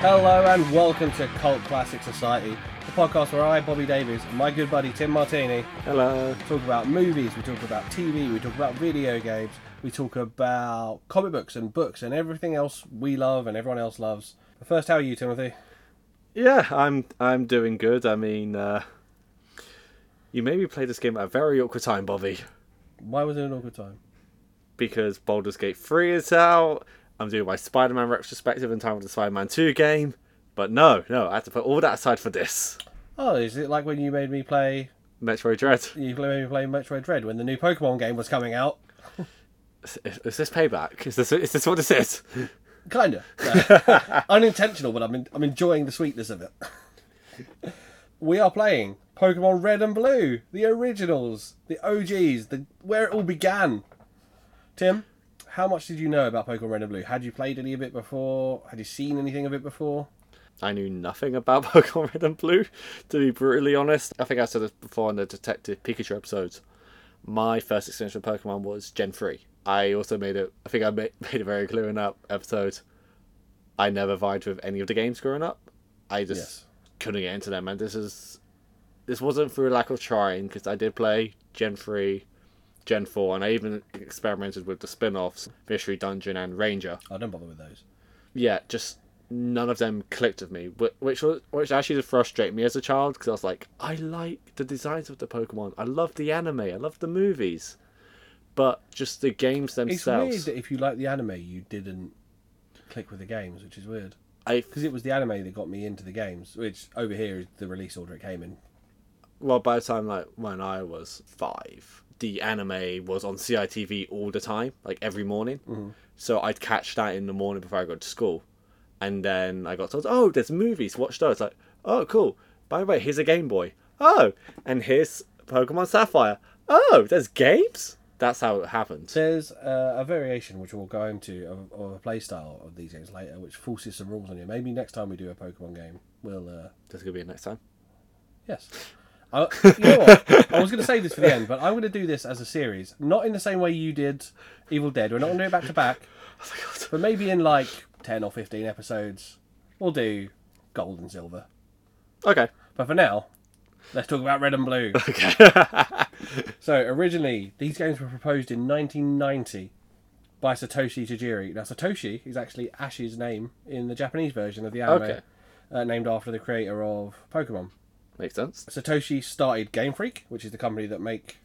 Hello and welcome to Cult Classic Society, the podcast where I, Bobby Davies, and my good buddy Tim Martini Hello. talk about movies, we talk about TV, we talk about video games, we talk about comic books and books and everything else we love and everyone else loves. But first, how are you, Timothy? Yeah, I'm I'm doing good. I mean, uh, you made me play this game at a very awkward time, Bobby, Why was it an awkward time? because Baldur's Gate 3 is out. I'm doing my Spider-Man retrospective in time for the Spider-Man 2 game, but no, no, I had to put all that aside for this Oh, is it like when you made me play Metroid Dread. you made me play Metroid Dread when the new Pokemon game was coming out? Is, is this payback? Is this is this what this is? Kind of. unintentional, but I'm, en- I'm enjoying the sweetness of it. we are playing Pokemon Red and Blue, the originals, the OGs, the where it all began. Tim, how much did you know about Pokemon Red and Blue? Had you played any of it before? Had you seen anything of it before? I knew nothing about Pokemon Red and Blue, to be brutally honest. I think I said this before in the Detective Pikachu episodes. My first experience with Pokemon was Gen 3. I also made it, I think I made, made it very clear in that episode. I never vibed with any of the games growing up. I just Yes. couldn't get into them, and this is. This wasn't through lack of trying, because I did play Gen 3, Gen 4, and I even experimented with the spin offs, Fishery Dungeon and Ranger I don't bother with those. yeah, just none of them clicked with me, whi- which was which actually did frustrate me as a child because I was like, I like the designs of the Pokemon, I love the anime, I love the movies, but just the games It's themselves. weird that if you like the anime, you didn't click with the games, which is weird. I Because it was the anime that got me into the games, which over here is the release order it came in. well, by the time like when I was five, the anime was on CITV all the time, like every morning. So I'd catch that in the morning before I go to school, and then I got told, "Oh, there's movies. Watch those." Like, "Oh, cool. By the way, here's a Game Boy. Oh, and here's Pokemon Sapphire. Oh, there's games." That's how it happened. There's uh, a variation which we'll go into of, of a play style of these games later, which forces some rules on you. Maybe next time we do a Pokemon game, we'll. Uh, There's gonna be a next time. yes. I, you know what? I was going to save this for the end, but I'm going to do this as a series, not in the same way you did Evil Dead. We're not going to do it back to back, Oh but maybe in like ten or fifteen episodes, we'll do Gold and Silver. Okay. But for now, let's talk about Red and Blue. Okay. So originally, these games were proposed in 1990 by Satoshi Tajiri. Now Satoshi is actually Ash's name in the Japanese version of the anime, Okay. uh, named after the creator of Pokemon. Makes sense. Satoshi started Game Freak, which is the company that make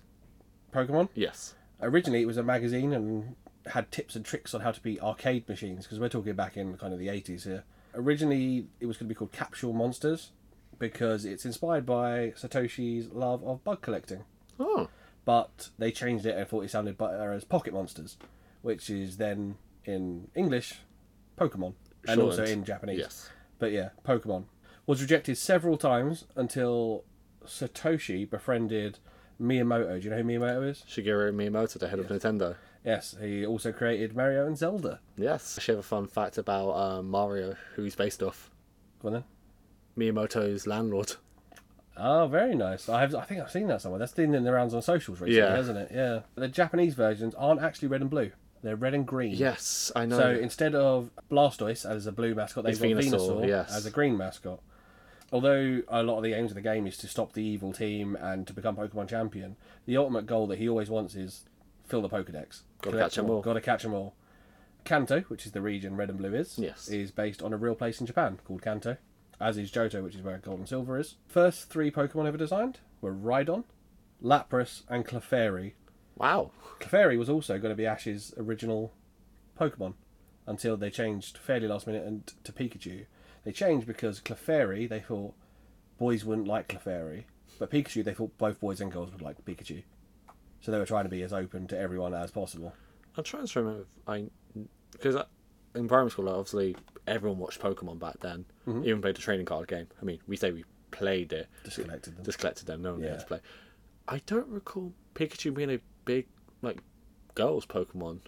Pokemon. Yes. Originally, it was a magazine and had tips and tricks on how to beat arcade machines because we're talking back in kind of the 80s here. Originally, it was going to be called Capsule Monsters because it's inspired by Satoshi's love of bug collecting Oh. but they changed it and thought it sounded better as Pocket Monsters, which is then in English, Pokemon, and Shortened. also in Japanese. Yes. But yeah, Pokemon was rejected several times until Satoshi befriended Miyamoto. Do you know who Miyamoto is? Shigeru Miyamoto, the head of Nintendo. Yes, he also created Mario and Zelda. Yes. Actually, I have a fun fact about uh, Mario, who's based off Go on then. Miyamoto's landlord. Oh, very nice. I have, I think I've seen that somewhere. That's been in the rounds on socials recently, Yeah. isn't it? Yeah. The Japanese versions aren't actually red and blue; they're red and green. Yes, I know. So instead of Blastoise as a blue mascot, they've It's got Venusaur, Venusaur, yes. as a green mascot. Although a lot of the aims of the game is to stop the evil team and to become Pokemon champion, the ultimate goal that he always wants is fill the Pokedex. Gotta Collect catch 'em all. Gotta catch 'em all. Kanto, which is the region red and blue is, Yes. is based on a real place in Japan called Kanto, as is Johto, which is where gold and silver is. First three Pokemon ever designed were Rhydon, Lapras, and Clefairy, wow. Clefairy was also going to be Ash's original Pokemon until they changed fairly last minute and to Pikachu. They changed because Clefairy, they thought boys wouldn't like Clefairy, but Pikachu, they thought both boys and girls would like Pikachu. So they were trying to be as open to everyone as possible. I'm trying to remember. If I because in primary school, like, obviously everyone watched Pokemon back then. Even played the training card game. I mean, we say we played it, Just collected them. just collected them. No one Yeah. had to play. I don't recall Pikachu being a big like girls Pokemon.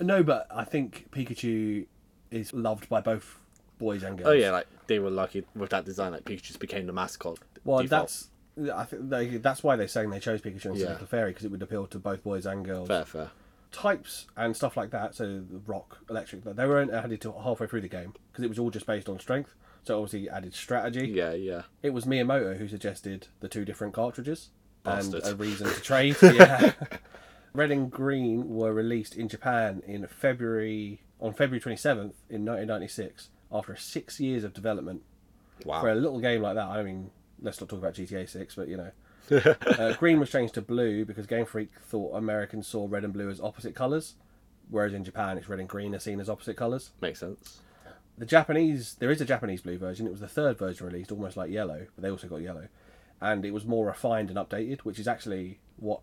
No, but I think Pikachu is loved by both boys and girls. Oh yeah, like they were lucky with that design. Like Pikachu just became the mascot. Well, default. that's I think they, that's why they're saying they chose Pikachu instead of Yeah. Clefairy because it would appeal to both boys and girls. fair, fair. types and stuff like that. So the rock, electric, they weren't added till halfway through the game because it was all just based on strength. So obviously it added strategy. Yeah, yeah. It was Miyamoto who suggested the two different cartridges Bastard. and a reason to trade. yeah. Red and Green were released in Japan in February on February 27th in 1996 after 6 years of development. Wow. For a little game like that, I mean, let's not talk about GTA 6, but you know. uh, green was changed to blue because Game Freak thought Americans saw red and blue as opposite colors, whereas in Japan it's red and green are seen as opposite colors. Makes sense. The Japanese, there is a Japanese blue version. It was the third version released, almost like yellow, but they also got yellow, and it was more refined and updated, which is actually what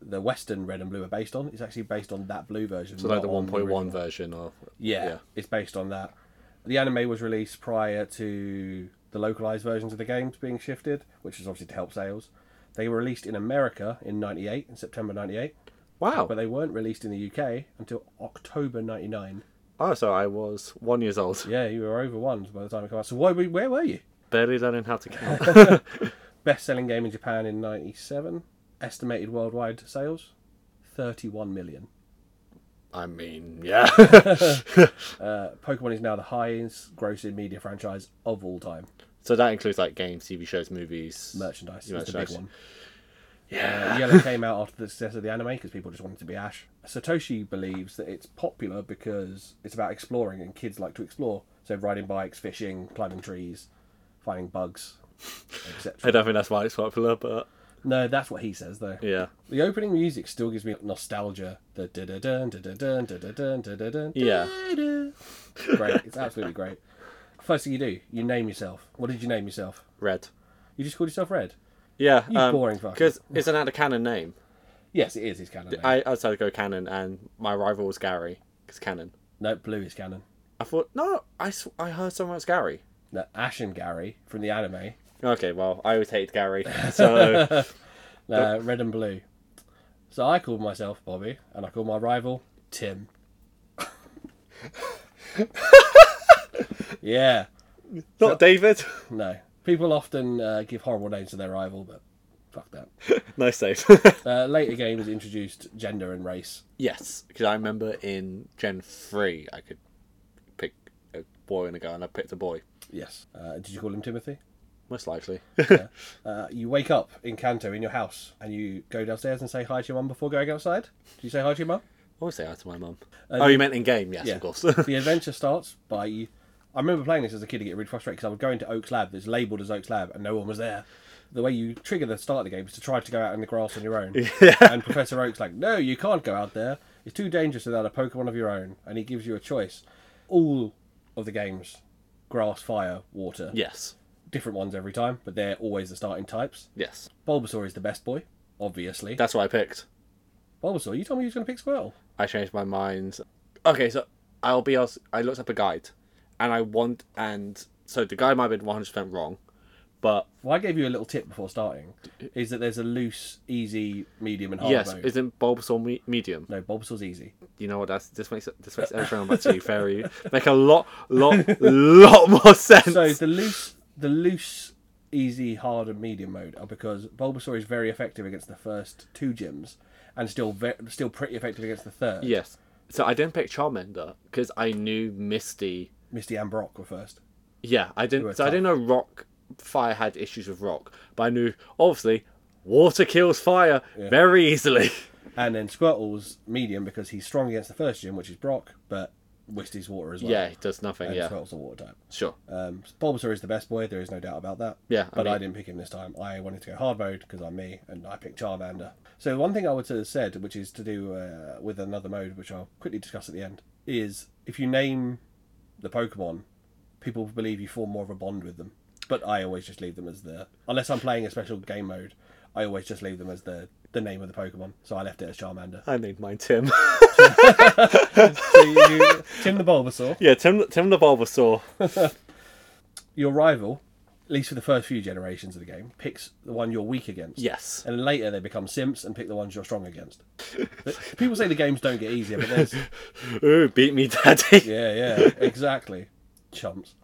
the Western red and blue are based on. It's actually based on that blue version. So like the not on one point one original. version of Yeah, Yeah. it's based on that. The anime was released prior to the localized versions of the games being shifted, which is obviously to help sales. They were released in America in '98, in September '98, Wow. but they weren't released in the UK until October '99. Oh, so I was one years old. Yeah, you were over ones by the time it came out. So why? were- Where were you? Barely learning how to count. Best-selling game in Japan in '97. Estimated worldwide sales, 31 million. I mean, yeah. Uh, Pokemon is now the highest-grossing media franchise of all time. so that includes like games, TV shows, movies, Merchandise Yeah, is the big merchandise. one. Yeah. Uh, Yellow came out after the success of the anime because people just wanted to be Ash. Satoshi believes that it's popular because it's about exploring and kids like to explore. So riding bikes, fishing, climbing trees, finding bugs, I etc. don't think that's why it's popular, but No, that's what he says though. yeah. The opening music still gives me nostalgia. The da da dun da da dun da da dun da da dun. Yeah. Great. It's absolutely great. First thing you do, you name yourself. What did you name yourself? Red. You just called yourself Red. Yeah. um, You boring fucker. Because isn't that a canon name? Yes, it is his canon. Name. I, I decided to go canon, and my rival was Gary, because canon. No, Blue is canon. I thought, no, I, sw- I heard someone else Gary. No, Ash and Gary from the anime. Okay, well, I always hated Gary, so Uh, red and blue. So I called myself Bobby, and I called my rival Tim. yeah, not David. no. People often uh, give horrible names to their rival, but fuck that. nice save. Uh, later games introduced gender and race. yes, because I remember in Gen Three, I could pick a boy and a girl, and I picked a boy, Yes. Uh, did you call him Timothy? most likely. Uh, you wake up in Kanto in your house, and you go downstairs and say hi to your mum before going outside. Do you say hi to your mum? I always say hi to my mum. oh, you meant in game? Yes, Uh, yeah. of course. the adventure starts by you. I remember playing this as a kid to get really frustrated because I would go into Oak's lab that's labelled as Oak's lab and no one was there. The way you trigger the start of the game is to try to go out in the grass on your own. And Professor Oak's like, no, you can't go out there. It's too dangerous without a Pokemon of your own. And he gives you a choice. All of the games grass, fire, water. yes, Different ones every time, but they're always the starting types. yes. Bulbasaur is the best boy, obviously. That's what I picked. Bulbasaur, you told me you was going to pick Squirtle. I changed my mind. Okay, so I'll be honest. I looked up a guide, and I want and so the guide might have been one hundred percent wrong, but Well, I gave you a little tip before starting. Is that there's a loose, easy, medium, and hard yes, mode. isn't Bulbasaur me- medium? No, Bulbasaur's easy. You know what? That's this makes this makes everything I'm about to you very make a lot, lot, lot more sense. So the loose, the loose, easy, hard, and medium mode are because Bulbasaur is very effective against the first two gyms, and still ve- still pretty effective against the third. yes. So I didn't pick Charmander because I knew Misty. Misty and Brock were first. Yeah, I didn't. were So I tough. didn't know Rock Fire had issues with Rock, but I knew obviously water kills fire very easily. And then Squirtle's medium because he's strong against the first gym, which is Brock, but Misty's water as well. yeah, it does nothing. And yeah, Squirtle's a water type. sure. Um, Bulbasaur is the best boy. There is no doubt about that. Yeah, I but I, mean- didn't pick him this time. I wanted to go hard mode because I'm me, and I picked Charmander. So one thing I would have said, which is to do uh, with another mode, which I'll quickly discuss at the end, is if you name the Pokemon, people believe you form more of a bond with them. But I always just leave them as the unless I'm playing a special game mode. I always just leave them as the the name of the Pokemon. So I left it as Charmander. I named mine Tim. so you, Tim the Bulbasaur, yeah, Tim. Tim the Bulbasaur. your rival, at least for the first few generations of the game, picks the one you're weak against. yes. and later they become simps and pick the ones you're strong against. But People say the games don't get easier, but there's Ooh, beat me, Daddy. yeah, yeah, exactly, chumps.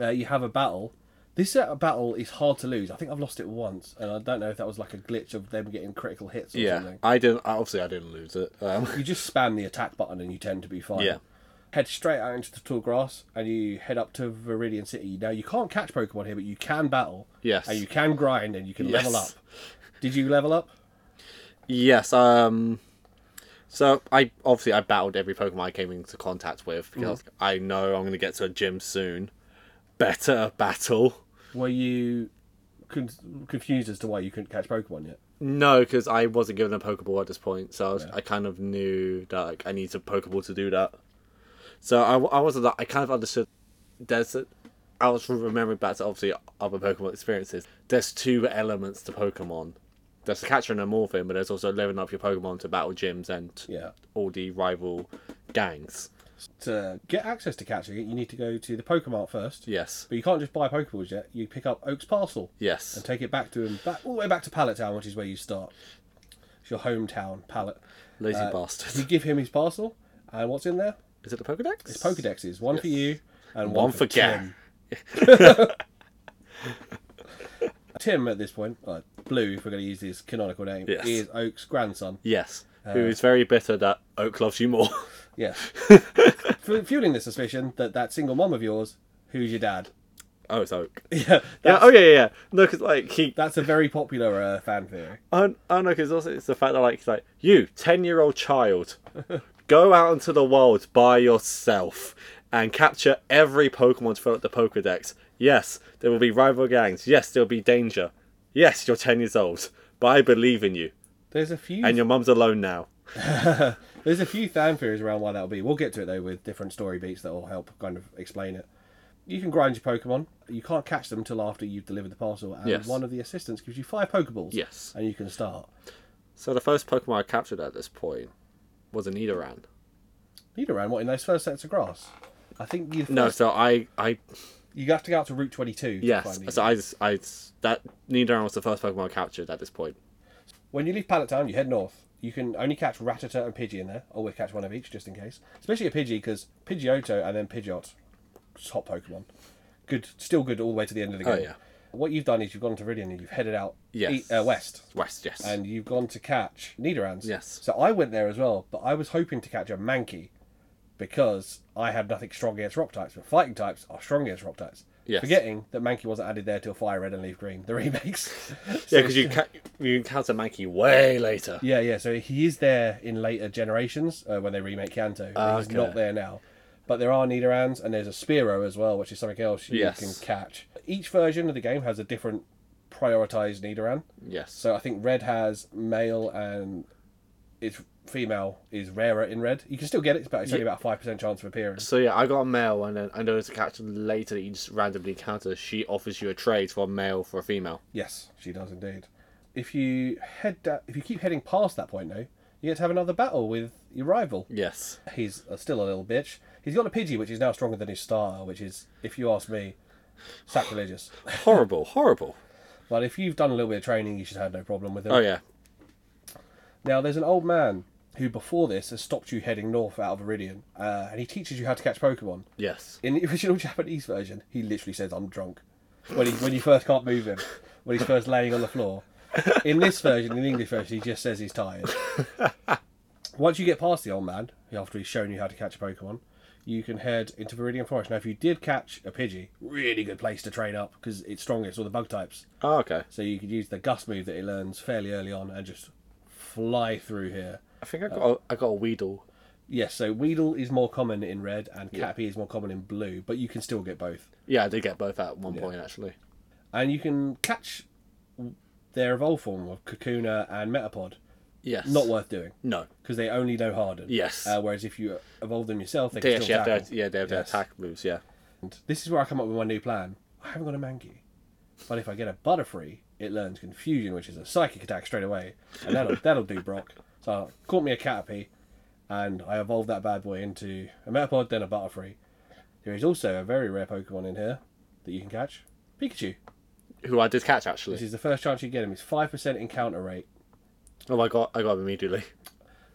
Uh, you have a battle This uh, battle is hard to lose. I think I've lost it once, and I don't know if that was like a glitch of them getting critical hits or Yeah, something. I didn't. Obviously, I didn't lose it. Um, You just spam the attack button and you tend to be fine. Yeah. Head straight out into the tall grass and you head up to Viridian City. Now, you can't catch Pokemon here, but you can battle. Yes. And you can grind and you can level up. Yes. Did you level up? yes. Um. So I obviously I battled every Pokemon I came into contact with because I know I'm gonna get to a gym soon. Better battle. Were you con- confused as to why you couldn't catch Pokemon yet? No, because I wasn't given a Pokeball at this point, so I, was, I kind of knew that like, I need a Pokeball to do that. So I, w- I wasn't that. I kind of understood. There's, a- I was remembering back to obviously other Pokemon experiences. There's two elements to Pokemon. There's the catcher and the morphing, but there's also leveling up your Pokemon to battle gyms and Yeah. all the rival gangs. To get access to catching it, you need to go to the Pokemon first. Yes, But you can't just buy Pokeballs yet. You pick up Oak's parcel. yes, and take it back to him, back, all the way back to Pallet Town, which is where you start. It's your hometown, Pallet. lazy You bastard. give him his parcel, and what's in there? Is it the Pokedex? It's Pokedexes. One for you, and one, One for Tim. Gary. Tim, at this point, uh, Blue, if we're going to use his canonical name, Yes. is Oak's grandson. Yes, who is very bitter that Oak loves you more. Yes. Fu- Fueling the suspicion that that single mom of yours, who's your dad? oh, it's Oak. Yeah, Yeah, that's, oh yeah, yeah, yeah. No, because like he, that's a very popular uh, fan theory. I don't I don't know, because also it's the fact that like, he's like you, ten-year-old child, go out into the world by yourself and capture every Pokemon to fill up the Pokedex. Yes, there will be rival gangs. Yes, there will be danger. Yes, you're ten years old, but I believe in you. There's a few And your mum's alone now. There's a few fan theories around why that'll be. We'll get to it though with different story beats that will help kind of explain it. You can grind your Pokemon. You can't catch them till after you've delivered the parcel, and Yes. one of the assistants gives you five Pokeballs. Yes. and you can start. So the first Pokemon I captured at this point was an Nidoran. Need around what in those first sets of grass? I think you No, so I, I you have to go out to Route 22. To yes, find these. so I, I that Nidoran was the first Pokemon I captured at this point. When you leave Pallet Town, you head north. You can only catch Rattata and Pidgey in there. Always catch one of each, just in case. Especially a Pidgey, because Pidgeotto and then Pidgeot, top Pokemon. Good, still good all the way to the end of the game. Oh, yeah. What you've done is you've gone to Viridian and you've headed out Yes. e- uh, west, West, yes. and you've gone to catch Nidorans. Yes. So I went there as well, but I was hoping to catch a Mankey, because I had nothing strong against Rock types, but Fighting types are strong against Rock types. Yes. Forgetting that Mankey wasn't added there till Fire Red and Leaf Green, the remakes. Yeah, because you ca- you encounter Mankey way later. Yeah, yeah. So he is there in later generations uh, when they remake Kanto. but He's Ah, okay. not there now. But there are Nidorans and there's a Spearow as well, which is something else you Yes. can catch. Each version of the game has a different prioritized Nidoran. Yes. So I think red has male and it's female is rarer in red. You can still get it, but it's only about a five percent chance of appearance. so yeah, I got a male, and then I noticed a character later that you just randomly encounter. She offers you a trade for a male for a female. Yes, she does indeed. If you head da- if you keep heading past that point though, you get to have another battle with your rival. Yes. He's uh, still a little bitch. He's got a Pidgey, which is now stronger than his starter, which is, if you ask me, sacrilegious. Horrible. horrible. but if you've done a little bit of training, you should have no problem with him. Oh yeah. Now, there's an old man who, before this, has stopped you heading north out of Iridian, uh, and he teaches you how to catch Pokemon. Yes. In the original Japanese version, he literally says, I'm drunk. When, he, when you first can't move him, when he's first laying on the floor. In this version, in the English version, he just says he's tired. Once you get past the old man, after he's shown you how to catch a Pokemon, you can head into Viridian Forest. Now, if you did catch a Pidgey, really good place to train up because it's strongest, all the bug types. Oh okay. So you could use the Gust move that he learns fairly early on and just fly through here. I think I got a, I got a Weedle. Yes, so Weedle is more common in red and Cappy is more common in blue, but you can still get both. Yeah, I did get both at one point actually. and you can catch their evolved form of Kakuna and Metapod. Yes. Not worth doing No. because they only know Harden. Yes. Uh, whereas if you evolve them yourself, they, They can actually still have their tackle. yeah they have their Yes. attack moves. Yeah. And This is where I come up with my new plan. I haven't got a Mankey, but if I get a Butterfree, it learns Confusion, which is a psychic attack straight away, and that'll that'll do Brock. So I caught me a Caterpie, and I evolved that bad boy into a Metapod, then a Butterfree. There is also a very rare Pokemon in here that you can catch, Pikachu. Who I did catch This actually. is the first chance you get him. It's five percent encounter rate. Oh my god, I got him immediately.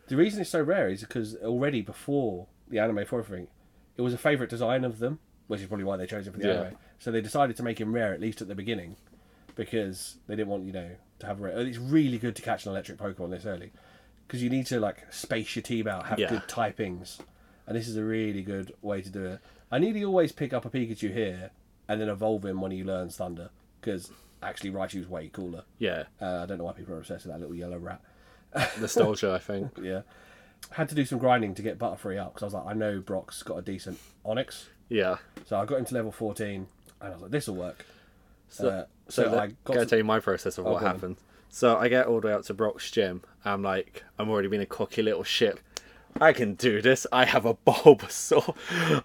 The reason it's so rare is because already before the anime for everything, it was a favourite design of them, which is probably why they chose it for the Yeah. anime. So they decided to make him rare at least at the beginning, because they didn't want you know to have rare. and It's really good to catch an electric Pokemon this early, because you need to like space your team out, have Yeah. good typings, and this is a really good way to do it. I nearly always pick up a Pikachu here and then evolve him when he learns Thunder, because actually Raichu's way cooler. Yeah, Uh, I don't know why people are obsessed with that little yellow rat. nostalgia. I think. Yeah. Had to do some grinding to get Butterfree up because I was like, I know Brock's got a decent Onyx. Yeah. So I got him to level 14 and I was like, this will work. So, Uh, so, so let- I got can I to- Oh, tell you my process of what go on. happened? So I get all the way up to Brock's gym. I'm like, I'm already being a cocky little shit. I can do this. I have a Bulbasaur.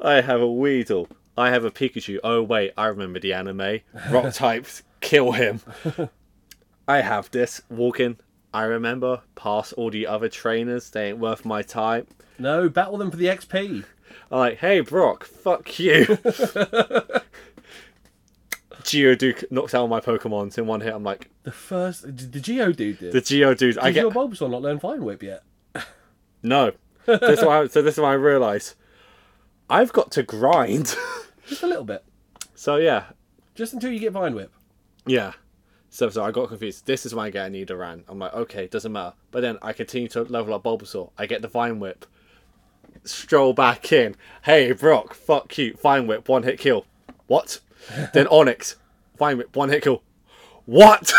I have a Weedle. I have a Pikachu. Oh wait, I remember the anime. Rock types, kill him. I have this. Walking. I remember. Pass all the other trainers. They ain't worth my time. No, battle them for the XP. I'm like, hey Brock, fuck you. Geodude knocks out all my Pokemons in one hit. I'm like, The first, the Geodude did. the Geodude. I Did get your Bulbasaur not learn Fine Whip yet? no. That's why. I- So this is why I realised I've got to grind. Just a little bit. so yeah, Just until you get Vine Whip. yeah. So so I got confused. This is why I get a Nidoran. I'm like, okay, doesn't matter. But then I continue to level up Bulbasaur. I get the Vine Whip. Stroll back in. Hey Brock, fuck you. Vine Whip, one hit kill. What? then Onyx, Vine Whip, one hit kill. What?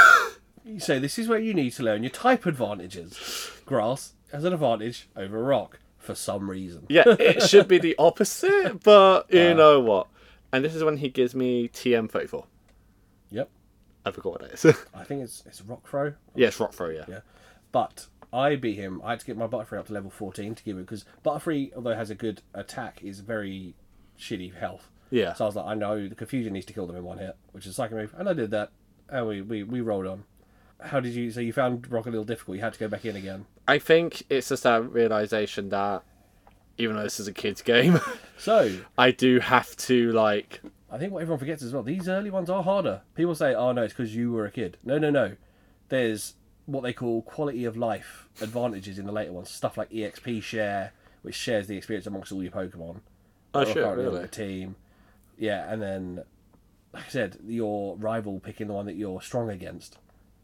So this is where you need to learn your type advantages. Grass has an advantage over rock for some reason. yeah, it should be the opposite, but you know what? And this is when he gives me TM34. Yep. I forgot what that is. I think it's it's rock throw. yeah, it's rock throw, yeah. Yeah. But I beat him. I had to get my Butterfree up to level 14 to give him because Butterfree, although it has a good attack, is very shitty health. Yeah. So I was like, I know the confusion needs to kill them in one hit, which is a psychic move, and I did that, and we we, we rolled on. How did you? So you found Brock a little difficult. You had to go back in again. I think it's just that realization that even though this is a kid's game, So I do have to like I think what everyone forgets as well, these early ones are harder. People say, "Oh no, it's because you were a kid." No, no, no. There's what they call quality of life advantages in the later ones, stuff like EXP share, which shares the experience amongst all your Pokemon. Oh, Or shit, apparently really? the Team, yeah, and then, like I said, your rival picking the one that you're strong against.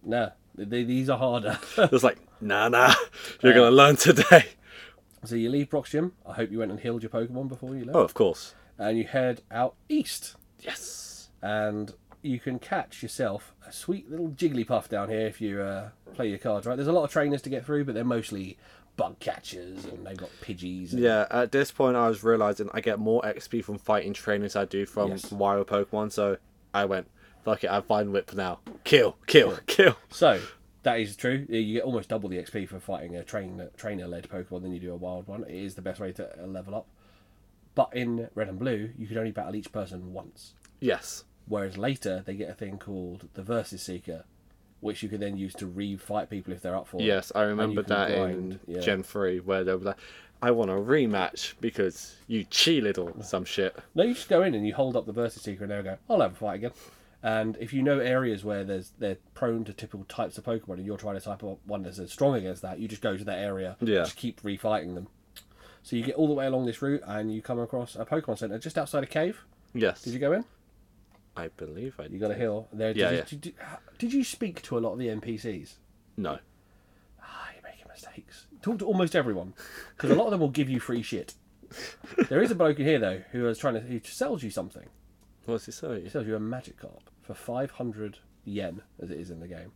No, th th- these are harder. just like nah nah, you're gonna learn today. so you leave Brock's gym. I hope you went and healed your Pokemon before you left, Oh, of course. and you head out east. Yes. and you can catch yourself a sweet little Jigglypuff down here if you uh, play your cards right. There's a lot of trainers to get through, but they're mostly bug catchers and they've got Pidgeys. And, Yeah. At this point, I was realizing I get more XP from fighting trainers I do from Yes. wild Pokemon. So I went fuck it. I find whip now. Kill, kill, kill. So that is true. You get almost double the XP for fighting a train, trainer-led Pokemon than you do a wild one. It is the best way to uh, level up. But in Red and Blue, you can only battle each person once. Yes. Whereas later they get a thing called the Versus Seeker, which you can then use to re-fight people if they're up for it. Yes, I remember can that in grind, yeah. Gen Three where they were like, "I want a rematch because you cheated or some shit." No, you just go in and you hold up the versus seeker and they'll go, I'll have a fight again. And if you know areas where there's they're prone to typical types of Pokemon and you're trying to type up one that's as strong against that, you just go to that area and Yeah. just keep refighting them. So you get all the way along this route and you come across a Pokemon Center just outside a cave. Yes, Did you go in? I believe I You got a hill. There, did, Yeah, you, yeah. Did, you, did you speak to a lot of the NPCs? no. Ah, you're making mistakes. Talk to almost everyone, because a lot of them will give you free shit. There is a bloke in here though who is trying to who sells you something. What's he say? It sells you a magic carp for 500 yen, as it is in the game,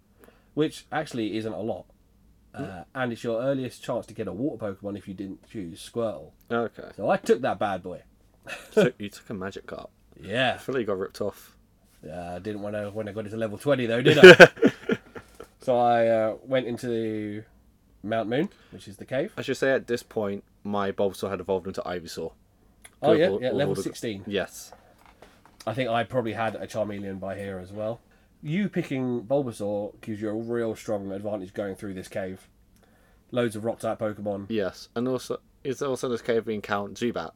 which actually isn't a lot. Uh, and it's your earliest chance to get a water Pokemon if you didn't choose Squirtle. Okay, So I took that bad boy. so you took a magic card. Yeah. I feel like you got ripped off. Uh, I didn't want to when I got it to level 20, though, did I? so I uh, went into Mount Moon, which is the cave. I should say at this point, my Bulbasaur had evolved into Ivysaur. Oh, With yeah, all- yeah, with all level the- 16. Yes. I think I probably had a Charmeleon by here as well. You picking Bulbasaur gives you a real strong advantage going through this cave. Loads of rock type Pokemon. Yes, and also is also in this cave being Count Zubat,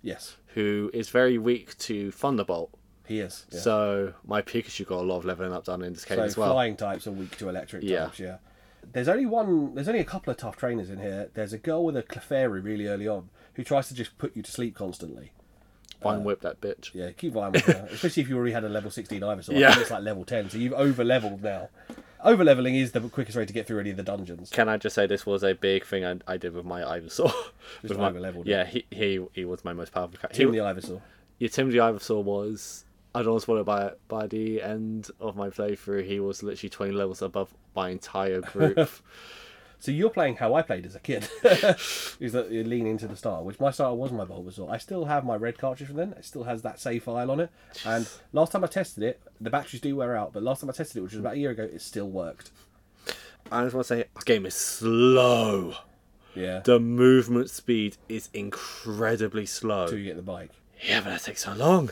Yes, who is very weak to Thunderbolt. he is. yeah. So my Pikachu got a lot of leveling up done in this cave So as well. flying types are weak to electric Yeah. types. Yeah. There's only one. There's only a couple of tough trainers in here. There's a girl with a Clefairy really early on who tries to just put you to sleep constantly. Vine whip that bitch. uh, Yeah, keep Vine with her, especially if you already had a level 16 Ivysaur. Yeah. Yeah. It's like level 10, so you've over leveled now. Over leveling is the quickest way to get through any of the dungeons. Can I just say this was a big thing I, I did with my Ivysaur? with my, over-leveled it. yeah, he, he he was my most powerful character. Tim the He- Ivysaur. yeah, Tim the Ivysaur was. I don't want to spoil it by by the end of my playthrough. He was literally twenty levels above my entire group. So you're playing how I played as a kid. is that you lean into the star, which my star was my Bulbasaur. I still have my red cartridge from then. It still has that save file on it. And last time I tested it, the batteries do wear out, but last time I tested it, which was about a year ago, it still worked. I just want to say this game is slow. Yeah. The movement speed is incredibly slow. Till you get the bike. Yeah, but that takes so long.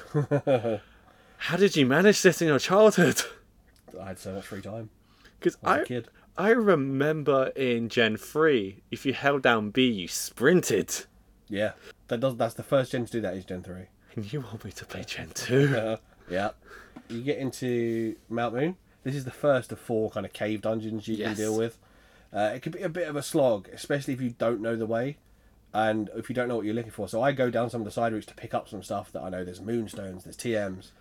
How did you manage this in your childhood? I had so much free time. Because as a I kid. I remember in Gen three, if you held down B, you sprinted. Yeah. That does that's the first gen to do that is Gen 3. And you want me to play Gen two? Uh, yeah. You get into Mount Moon. This is the first of four kind of cave dungeons you Yes. can deal with. Uh, it could be a bit of a slog, especially if you don't know the way and if you don't know what you're looking for. So I go down some of the side routes to pick up some stuff that I know. There's moonstones, there's TMs,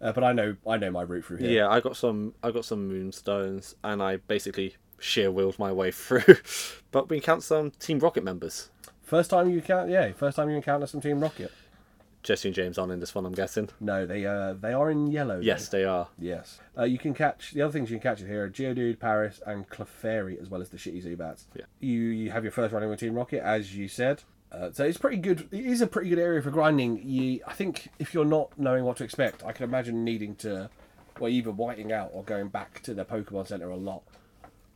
uh, but I know I know my route through here. Yeah, I got some. I got some moonstones, and I basically sheer willed my way through. but we encountered some Team Rocket members. First time you count, yeah, first time you encounter some Team Rocket. Jesse and James aren't in this one, I'm guessing. No, they uh, they are in yellow. though. Yes, they are. Yes. Uh, you can catch the other things you can catch in here are Geodude, Paris, and Clefairy, as well as the shitty Zubats. Yeah. You you have your first running with Team Rocket, as you said. Uh, so it's pretty good. It is a pretty good area for grinding. You, I think, if you're not knowing what to expect, I can imagine needing to, well, either whiting out or going back to the Pokemon Center a lot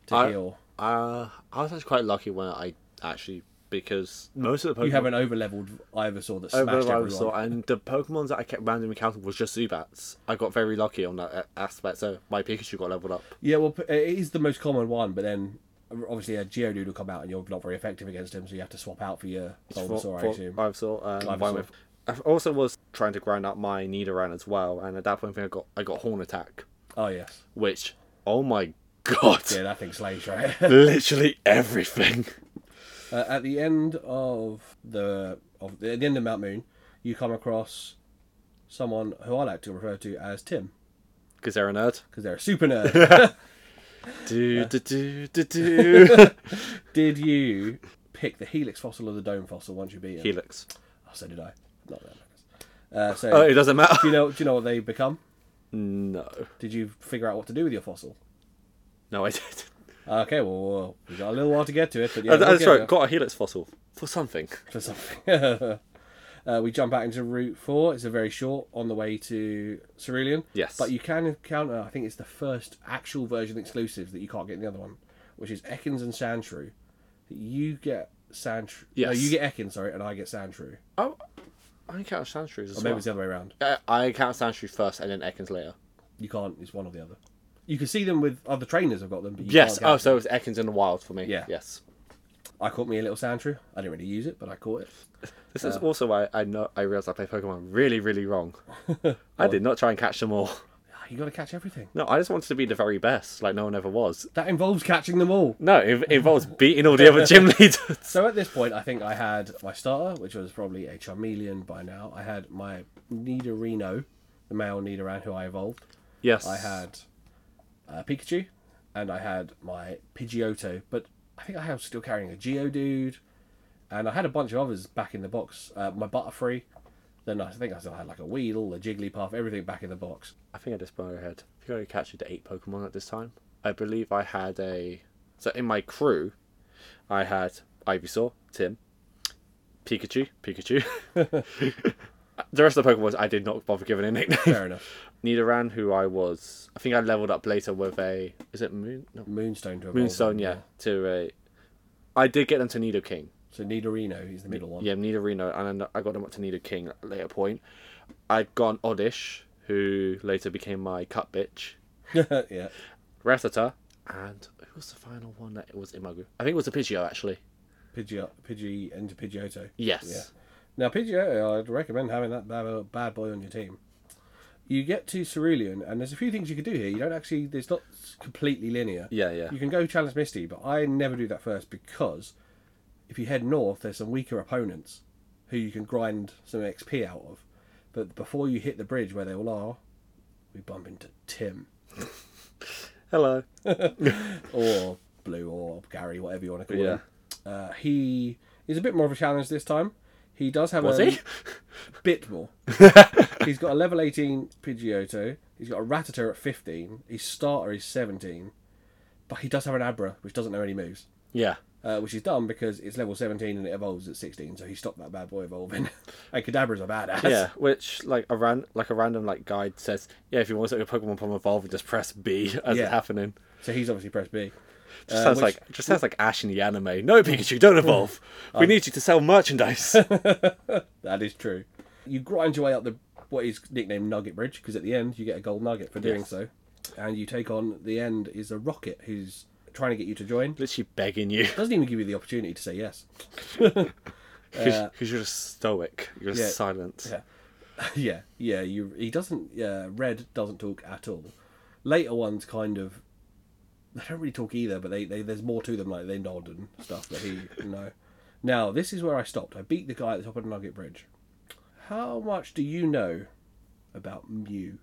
to I- heal. Uh, I was actually quite lucky when I actually because most of the Pokemon You have an overleveled Ivysaur that smashed over I everyone. saw, and the Pokemon that I kept randomly encountering was just Zubats. I got very lucky on that a- aspect, so my Pikachu got leveled up. Yeah, well, p- it is the most common one, but then obviously a Geodude will come out and you're not very effective against him, so you have to swap out for your Oh, Bulbasaur, I assume. I saw. Um, Vine Ivysaur. Whip. I also was trying to grind up my Nidoran as well, and at that point, I think I got I got Horn Attack, Oh yes. which oh my god, Yeah, that thing slays, right? literally everything. uh, at the end of the of the, at the end of Mount Moon, you come across someone who I like to refer to as Tim Because they're a nerd. because they're a super nerd. Do do do do do. did you pick the Helix fossil or the Dome fossil once you beat him? Helix. oh, so did I. Not that matters. Uh, so Oh, it doesn't matter. do you know do you know what they become? No, Did you figure out what to do with your fossil? no, I didn't. Okay, well, well we got a little while to get to it, but yeah, Oh, we'll Uh, that's get right. there. Got a Helix fossil for something. for something. uh, we jump out into Route 4. It's a very short on the way to Cerulean. Yes. But you can encounter, I think it's the first actual version exclusive that you can't get in the other one, which is Ekans and Sandshrew. You get Sandshrew. No, Yes. you get Ekans, sorry, and I get Sandshrew. Oh, I count Sandshrews Or as maybe well. it's the other way around. I- Uh, I count Sandshrew first, and then Ekans later. You can't, it's one or the other. You can see them with other trainers have got them, but you yes. can't Oh, catch them. so it was Ekans in the wild for me. Yeah. Yes. I caught me a little Sandshrew. I didn't really use it, but I caught it. This is also why I know I realized I play Pokemon really, really wrong. I did not try and catch them all. Ah, You got to catch everything. No, I just wanted to be the very best, like no one ever was. That involves catching them all. No, it it involves beating all the other gym leaders. So at this point, I think I had my starter, which was probably a Charmeleon by now. I had my Nidorino, the male Nidoran, who I evolved. Yes, I had uh, Pikachu, and I had my Pidgeotto, but I think I was still carrying a Geodude, and I had a bunch of others back in the box. Uh, my Butterfree, then I think I still had like a Weedle, a Jigglypuff, everything back in the box. I think I just blew ahead. I think I captured eight Pokemon at this time. I believe I had a. So in my crew, I had Ivysaur, Tim, Pikachu, Pikachu. the rest of the Pokemon I did not bother giving a nickname. Fair enough. Nidoran, who I was, I think I leveled up later with a. Is it Moon? No, Moonstone to evolve. Moonstone, yeah. To a. I did get them to Nido King. So Nidorino is the middle one. Yeah, Nido Reno, and then I got them up to Nido King at a later point. I got an Oddish, who later became my cut bitch. Yeah. yeah. Rattata, and who was the final one that was in my group? I think it was a Pidgeot actually. Pidgeot, Pidgey, and Pidgeotto. Yes. Yeah. Now, Pidgeotto, I'd recommend having that bad, bad boy on your team. You get to Cerulean, and there's a few things you can do here. You don't actually, there's not completely linear. Yeah, yeah. You can go challenge Misty, but I never do that first because if you head north, there's some weaker opponents who you can grind some XP out of. But before you hit the bridge where they all are, we bump into Tim Hello. or Blue or Gary, whatever you want to call Yeah. him. Uh, he is a bit more of a challenge this time. He does have Was a he? bit more. he's got a level 18 Pidgeotto. He's got a Rattata at 15. His starter is 17. But he does have an Abra, which doesn't know any moves. Yeah. Uh, which is dumb because it's level 17 and it evolves at 16, so he stopped that bad boy evolving. and Kadabra's a badass. Yeah, which like a ran- like a random like guide says, yeah, if you want to get your Pokemon from evolve, just press B as Yeah. it's happening. So he's obviously pressed B. Just Uh, sounds which- like just sounds like Ash in the anime. No, Pikachu, don't evolve. we Um, need you to sell merchandise. That is true. You grind your way up the what is nicknamed Nugget Bridge because at the end you get a gold nugget for doing Yes. so, and you take on the end is a rocket who's trying to get you to join. Literally begging you Doesn't even give you the opportunity to say yes. because you're just stoic. You're yeah. just silent. Yeah. yeah, yeah. You he doesn't. Yeah, Red doesn't talk at all. Later ones kind of they don't really talk either, but they, they there's more to them. Like they nod and stuff. But he no. Now this is where I stopped. I beat the guy at the top of the Nugget Bridge. How much do you know about Mew,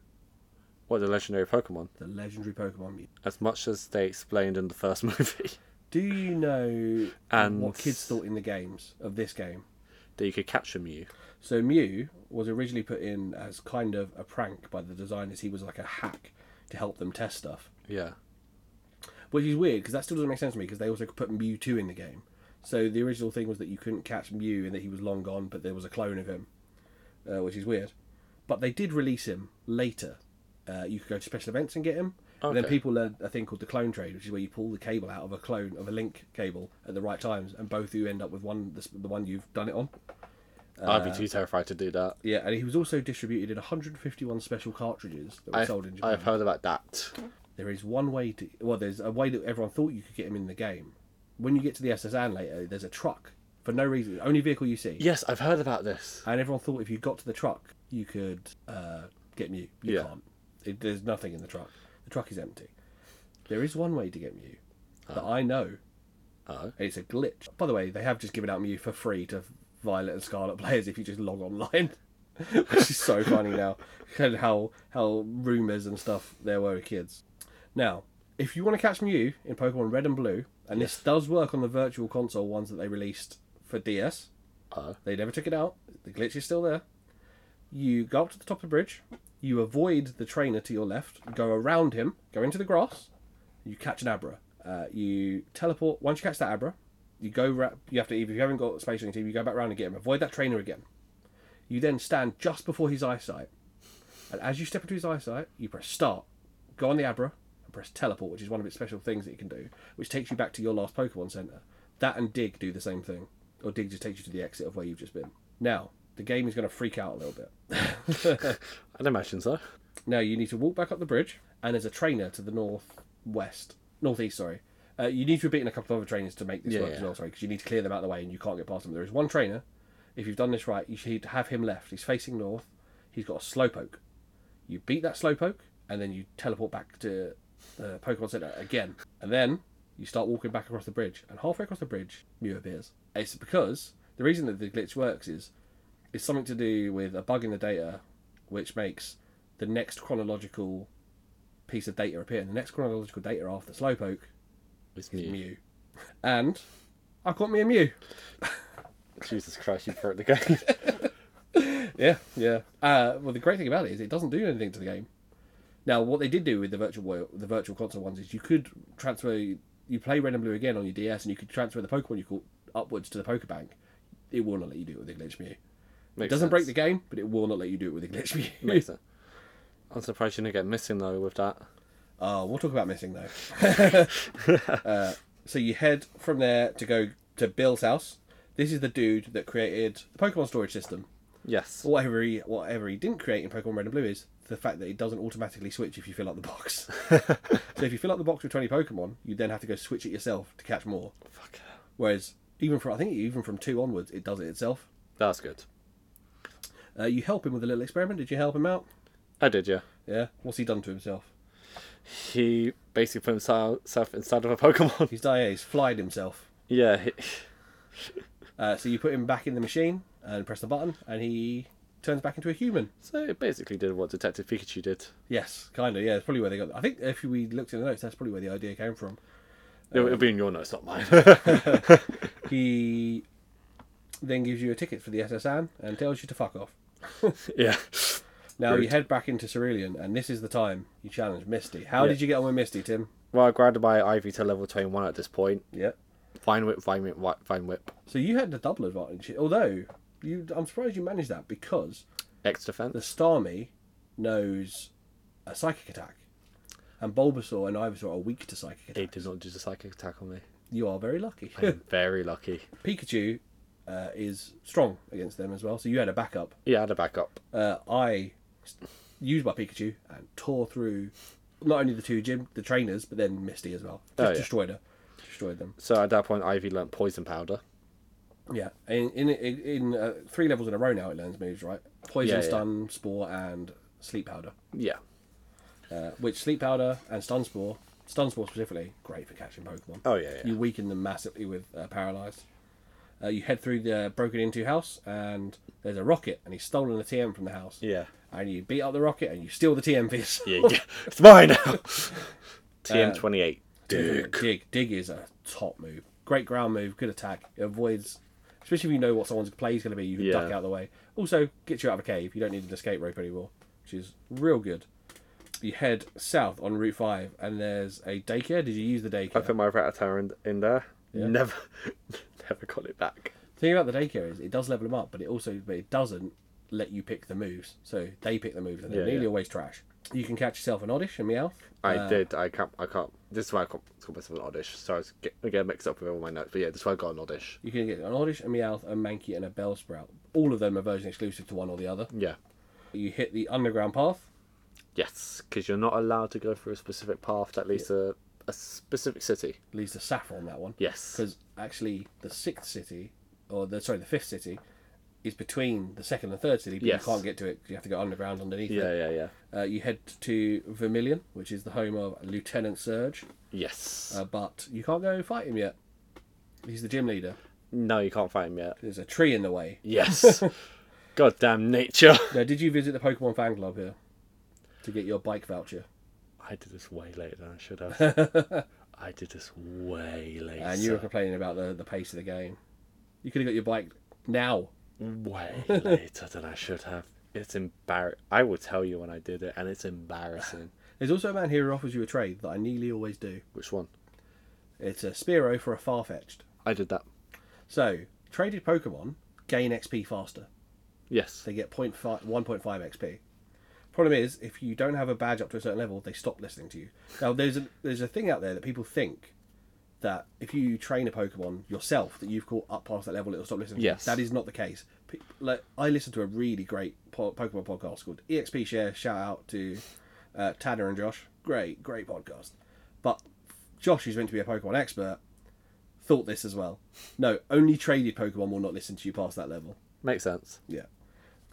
What the legendary Pokemon? the legendary Pokemon Mew? As much as they explained in the first movie Do you know And- what kids thought in the games of this game? that you could capture Mew. So Mew was originally put in as kind of a prank by the designers. He was like a hack to help them test stuff. Yeah. Which is weird because that still doesn't make sense to me because they also put Mewtwo in the game. So the original thing was that you couldn't catch Mew and that he was long gone, but there was a clone of him, uh, which is weird. But they did release him later. Uh, you could go to special events and get him. And then Okay. people learned a thing called the clone trade, which is where you pull the cable out of a clone of a link cable at the right times, and both of you end up with one the, s- the one you've done it on. I'd Uh, be too terrified to do that. Yeah, and he was also distributed in 151 special cartridges that were I've, sold in Japan. I've heard about that. There is one way to. Well, there's a way that everyone thought you could get him in the game. When you get to the SSN later, there's a truck for no reason, the only vehicle you see. Yes, I've heard about this. And everyone thought if you got to the truck, you could uh, get Mew. You Yeah. can't. It, there's nothing in the truck. The truck is empty. There is one way to get Mew that I know. Oh. And It's a glitch. By the way, they have just given out Mew for free to Violet and Scarlet players if you just log online. Which is so funny now. And how how rumours and stuff there were with kids. Now, if you want to catch Mew in Pokemon Red and Blue, and this does work on the virtual console ones that they released for DS, Oh. they never took it out. The glitch is still there. You go up to the top of the bridge. You avoid the trainer to your left. Go around him. Go into the grass. You catch an Abra. Uh, you teleport. Once you catch that Abra, you go. Ra- you have to. If you haven't got space on your team, you go back round and get him. Avoid that trainer again. You then stand just before his eyesight, and as you step into his eyesight, you press start. Go on the Abra and press teleport, which is one of its special things that it can do, which takes you back to your last Pokemon Center. That and Dig do the same thing, or Dig just takes you to the exit of where you've just been. Now the game is going to freak out a little bit. I'd imagine so. Now you need to walk back up the bridge, and there's a trainer to the northwest, northeast. Sorry, uh, you need to have beaten a couple of other trainers to make this Yeah, work as yeah. well. Sorry, because you need to clear them out of the way, and you can't get past them. There is one trainer. If you've done this right, you should have him left. He's facing north. He's got a slowpoke. You beat that slowpoke, and then you teleport back to the Pokemon Center again, and then you start walking back across the bridge. And halfway across the bridge, Mew appears. It's because the reason that the glitch works is it's something to do with a bug in the data which makes the next chronological piece of data appear. And the next chronological data after Slowpoke It's Mew. Mew. And I caught me a Mew. Jesus Christ, you broke the game. Yeah, yeah. Uh, well, the great thing about it is it doesn't do anything to the game. Now, what they did do with the virtual wo- the virtual console ones is you could transfer you play Red and Blue again on your DS, and you could transfer the Pokemon you caught upwards to the Pokebank. It will not let you do it with the glitch Mew. It Makes doesn't break the sense. game, but it will not let you do it with the glitch Mew. Makes sense. I'm surprised you didn't get missing though with that. Oh, we'll talk about missing though. uh, so you head from there to go to Bill's house. This is the dude that created the Pokemon storage system. Yes. Whatever he, whatever he didn't create in Pokemon Red and Blue is the fact that it doesn't automatically switch if you fill up the box. so if you fill up the box with twenty Pokemon, you then have to go switch it yourself to catch more. Fuck. Whereas even from I think even from two onwards, it does it itself. That's good. Uh, you help him with a little experiment. Did you help him out? I did, yeah. Yeah. What's he done to himself? He basically put himself inside of a Pokemon. He's died. He's flied himself. yeah. He... Uh, so you put him back in the machine and press the button, and he turns back into a human. So it basically did what Detective Pikachu did. Yes, kind of. Yeah, it's probably where they got. I think if we looked in the notes, that's probably where the idea came from. It'll, it'll be in your notes, not mine. He then gives you a ticket for the SSN and tells you to fuck off. yeah. Now you Rude. head back into Cerulean, and this is the time you challenge Misty. How Yeah. did you get on with Misty, Tim? Well, I grabbed my Ivy to level 21 at this point. Yeah. Fine whip, fine whip, wi- fine whip. So you had the double advantage, although you, I'm surprised you managed that because X the defense. Starmie knows a psychic attack, and Bulbasaur and Ivysaur are weak to psychic attack. It did not do the psychic attack on me. You are very lucky. I'm very lucky. Pikachu uh, is strong against them as well, so you had a backup. Yeah, I had a backup. Uh, I used my Pikachu and tore through not only the two gym, the trainers, but then Misty as well. Just Oh, yeah. destroyed her, destroyed them. So at that point, Ivy learnt poison powder. Yeah, in in, in, in uh, three levels in a row now it learns moves right: poison, Yeah, yeah. stun, spore, and sleep powder. Yeah. Uh, which sleep powder and stun spore, stun spore specifically, great for catching Pokemon. Oh, yeah, yeah. You weaken them massively with uh, paralyzed. Uh, you head through the broken into house, and there's a rocket, and he's stolen a TM from the house. Yeah. And you beat up the rocket, and you steal the TM for yourself. Yeah, yeah. it's mine now. Uh, TM28. dig. dig. Dig is a top move. Great ground move, good attack. It avoids, especially if you know what someone's play is going to be, you can Yeah. duck out of the way. Also, gets you out of a cave. You don't need an escape rope anymore, which is real good. You head south on Route 5, and there's a daycare. Did you use the daycare? I put my Rattata in, in there. Never, never got it back. The thing about the daycare is it does level them up, but it also but it doesn't let you pick the moves. So they pick the moves, and they're Yeah, nearly yeah. always trash. You can catch yourself an Oddish and Meowth. I Uh, did. I can't. I can't. This is why I can't call myself an oddish. Sorry, I was get, I get mixed up with all my notes. But yeah, this is why I got an oddish. You can get an Oddish, a Meowth, a Mankey, and a Bellsprout. All of them are version exclusive to one or the other. Yeah. You hit the underground path. Yes, because you're not allowed to go through a specific path that leads to a specific city. leads to Saffron that one. Yes. Because actually, the sixth city, or the sorry, the fifth city, is between the second and third city, but Yes. you can't get to it. 'cause You have to go underground underneath Yeah, it. yeah, yeah. Uh, you head to Vermilion, which is the home of Lieutenant Surge, Yes. uh, but you can't go fight him yet. He's the gym leader. no, you can't find him yet. There's a tree in the way. Yes. Goddamn nature. Now, did you visit the Pokemon fan club here to get your bike voucher? I did this way later than I should have. I did this way later. And you were complaining about the, the pace of the game. You could have got your bike now. way later than I should have. It's embar. I will tell you when I did it, and it's embarrassing. There's also a man here who offers you a trade that I nearly always do. Which one? It's a Spearow for a Farfetch'd. I did that. So, traded Pokemon gain XP faster. Yes. They get 0.5, 1.5 XP. Problem is, if you don't have a badge up to a certain level, they stop listening to you. Now, there's a, there's a thing out there that people think that if you train a Pokemon yourself that you've caught up past that level, it'll stop listening. to you. Yes. That is not the case. Pe- Like, I listen to a really great po- Pokemon podcast called EXP Share. Shout out to uh, Tanner and Josh. Great, great podcast. But Josh, who's meant to be a Pokemon expert, thought this as well. No, only traded Pokemon will not listen to you past that level. Makes sense. Yeah.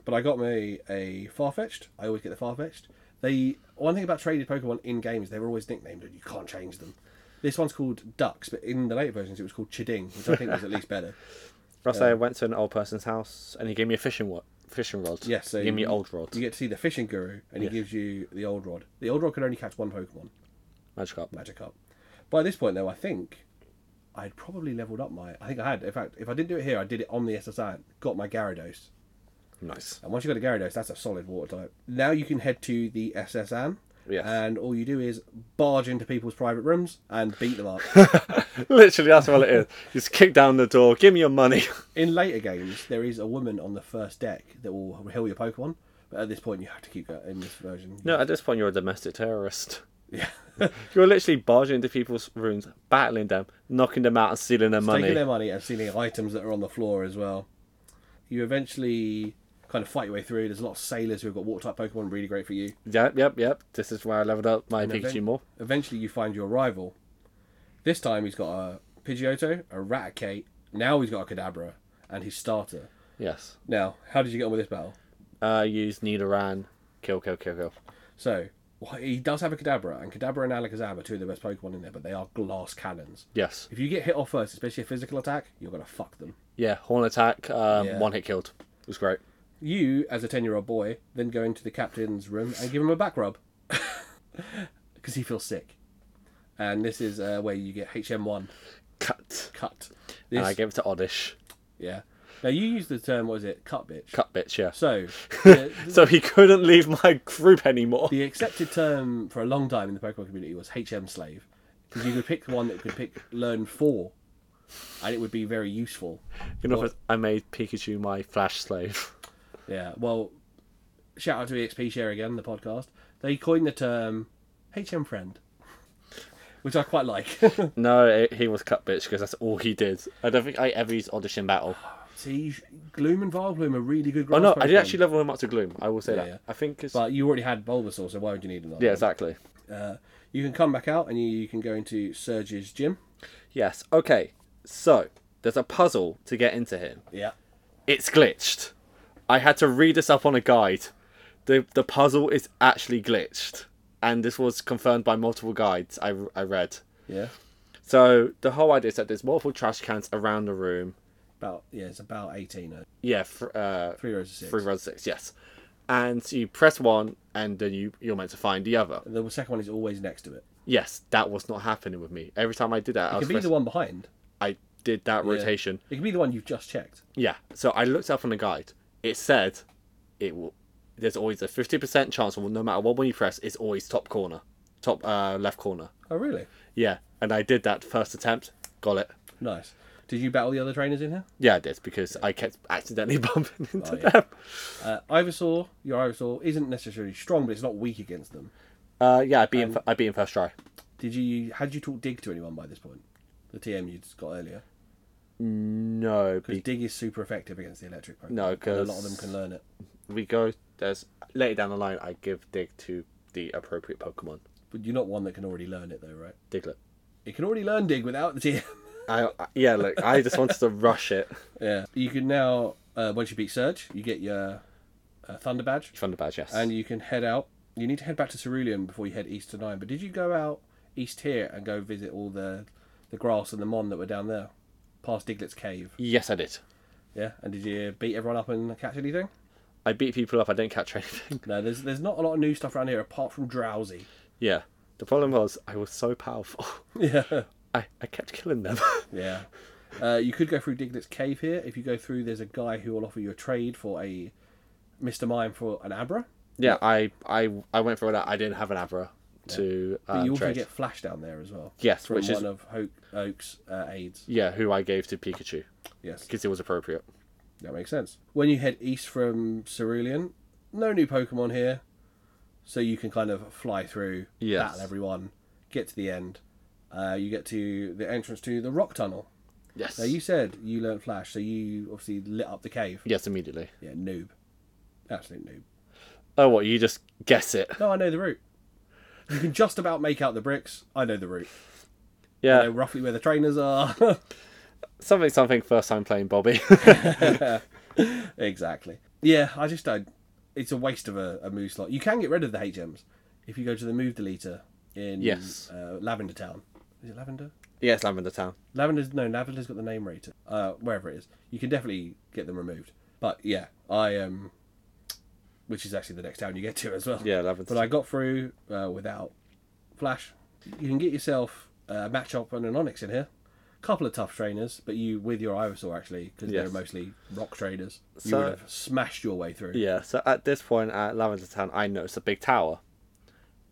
But I got me a Farfetched. I always get the Farfetched. They one thing about traded Pokemon in games, they were always nicknamed and you can't change them. This one's called Ducks, but in the later versions it was called Chiding, which I think was at least better. Also, I went to an old person's house, and he gave me a fishing rod. Fishing rod. Yes, so he gave me you- old rod. You get to see the fishing guru and he gives you the old rod. The old rod can only catch one Pokemon, Magikarp. Magikarp. By this point though, I think I'd probably leveled up my I think I had. In fact, if I didn't do it here, I did it on the SSI, got my Gyarados. Nice. And once you've got a Gyarados, that's a solid water type. Now you can head to the SSN. Yes. And all you do is barge into people's private rooms and beat them up. Literally, that's all it is. Just kick down the door. Give me your money. In later games, there is a woman on the first deck that will heal your Pokemon. But at this point, you have to keep that in this version. No, at this point, you're a domestic terrorist. Yeah. You're literally barging into people's rooms, battling them, knocking them out, and stealing their money. Taking their money and stealing items that are on the floor as well. You eventually kind of fight your way through. There's a lot of sailors who have got water type Pokemon, really great for you. Yep, yep, yep. This is where I leveled up my And Pikachu even- more. Eventually, you find your rival. This time, he's got a Pidgeotto, a Raticate. Now he's got a Kadabra and his starter. Yes. Now, how did you get on with this battle? Uh, use Nidoran. Kill, kill, kill, kill. So, wh- he does have a Kadabra, and Kadabra and Alakazam are two of the best Pokemon in there, but they are glass cannons. Yes. If you get hit off first, especially a physical attack, you're going to fuck them. Yeah, horn attack, um, Yeah. one hit killed. It was great. You, as a 10 year old boy, then go into the captain's room and give him a back rub because he feels sick. And this is uh, where you get HM1 Cut. cut. And I This, gave it to Oddish. yeah. Now you use the term, what is it, cut bitch? Cut bitch, yeah. So, the, So he couldn't leave my group anymore. the accepted term for a long time in the Pokemon community was HM slave because you could pick one that could pick learn four, and it would be very useful. You know, I made Pikachu my flash slave. Yeah. Well, shout out to EXP Share again, the podcast. They coined the term HM friend, which I quite like. No, it, he was cut bitch because that's all he did. I don't think I ever used Oddish in battle. See, you sh- Gloom and Vileplume are really good. Oh grass no, I did Pokemon, actually level him up to Gloom. I will say that. yeah. I think it's But you already had Bulbasaur, so why would you need another? yeah, one? exactly. Uh, you can come back out and you, you can go into Surge's gym. Yes. Okay. So there's a puzzle to get into him. Yeah. It's glitched. I had to read this up on a guide. the The puzzle is actually glitched, and this was confirmed by multiple guides I I read. Yeah. So the whole idea is that there's multiple trash cans around the room. About yeah, it's about eighteen. Uh, Yeah. Fr- uh, three rows of six. three rows of six. Yes. And so you press one, and then you you're meant to find the other. The second one is always next to it. Yes, that was not happening with me. Every time I did that, I, It was could be press- the one behind. I did that rotation. It could be the one you've just checked. Yeah. So I looked up on the guide. It said it will. There's always a fifty percent chance, well, no matter what one you press, it's always top corner, top uh, left corner. Oh, really? Yeah, and I did that first attempt. Got it. Nice. Did you battle the other trainers in here? Yeah, I did because I kept accidentally bumping into Oh, yeah. them. Uh, Ivysaur, your Ivysaur isn't necessarily strong, but it's not weak against them. Uh, yeah, I beat him. fir- I beat him first try. Did you? Had you talked Dig to anyone by this point? The TM you just got earlier. No, be- Because Dig is super effective against the electric Pokemon. No, and a lot of 'cause- them can learn it. we go. There's later down the line. I give dig to the appropriate Pokemon. But you're not one that can already learn it, though, right? Diglett. It can already learn Dig without the TM. I, I yeah, look, I just wanted to rush it. yeah. You can now, uh, once you beat Surge, you get your uh, Thunder Badge. Thunder Badge, yes. and you can head out. You need to head back to Cerulean before you head east to Nine. But did you go out east here and go visit all the the grass and the mon that were down there, past Diglett's cave? yes, I did. Yeah, and did you beat everyone up and catch anything? I beat people up. I didn't catch anything. No, there's there's not a lot of new stuff around here apart from drowsy. Yeah. The problem was I was so powerful. Yeah, I, I kept killing them. yeah. Uh, you could go through Diglett's cave here. If you go through, there's a guy who will offer you a trade for a Mister Mime for an Abra. yeah, I I I went for that. I didn't have an Abra to But uh, you also trade. get Flash down there as well. Yes, from which one is- of Hoke, Oak's uh, aides. Yeah, who I gave to Pikachu Yes. because it was appropriate. That makes sense. When you head east from Cerulean, no new Pokemon here, so you can kind of fly through, Yes. battle everyone, get to the end. Uh, you get to the entrance to the rock tunnel. Yes. Now you said you learned Flash, so you obviously lit up the cave. Yes, immediately. Yeah, noob, absolute noob. Oh, what? You just guess it? No, I know the route. You can just about make out the bricks. I know the route. I know Yeah. roughly where the trainers are. Something, something. First time playing Bobby. exactly. Yeah, I just don't. It's a waste of a, a move slot. You can get rid of the HMs if you go to the move deleter in Yes. uh, Lavender Town. Is it Lavender? yes, Lavender Town. Lavender's no. Lavender's got the name rated. Uh, wherever it is, you can definitely get them removed. But yeah, I um, which is actually the next town you get to as well. Yeah, Lavender. But I got through uh, without flash. You can get yourself a matchup and an onyx in here. Couple of tough trainers, but you with your Ivysaur actually because they're Yes. mostly rock traders. you So- would have smashed your way through yeah. So at this point at Lavender Town, I noticed a big tower.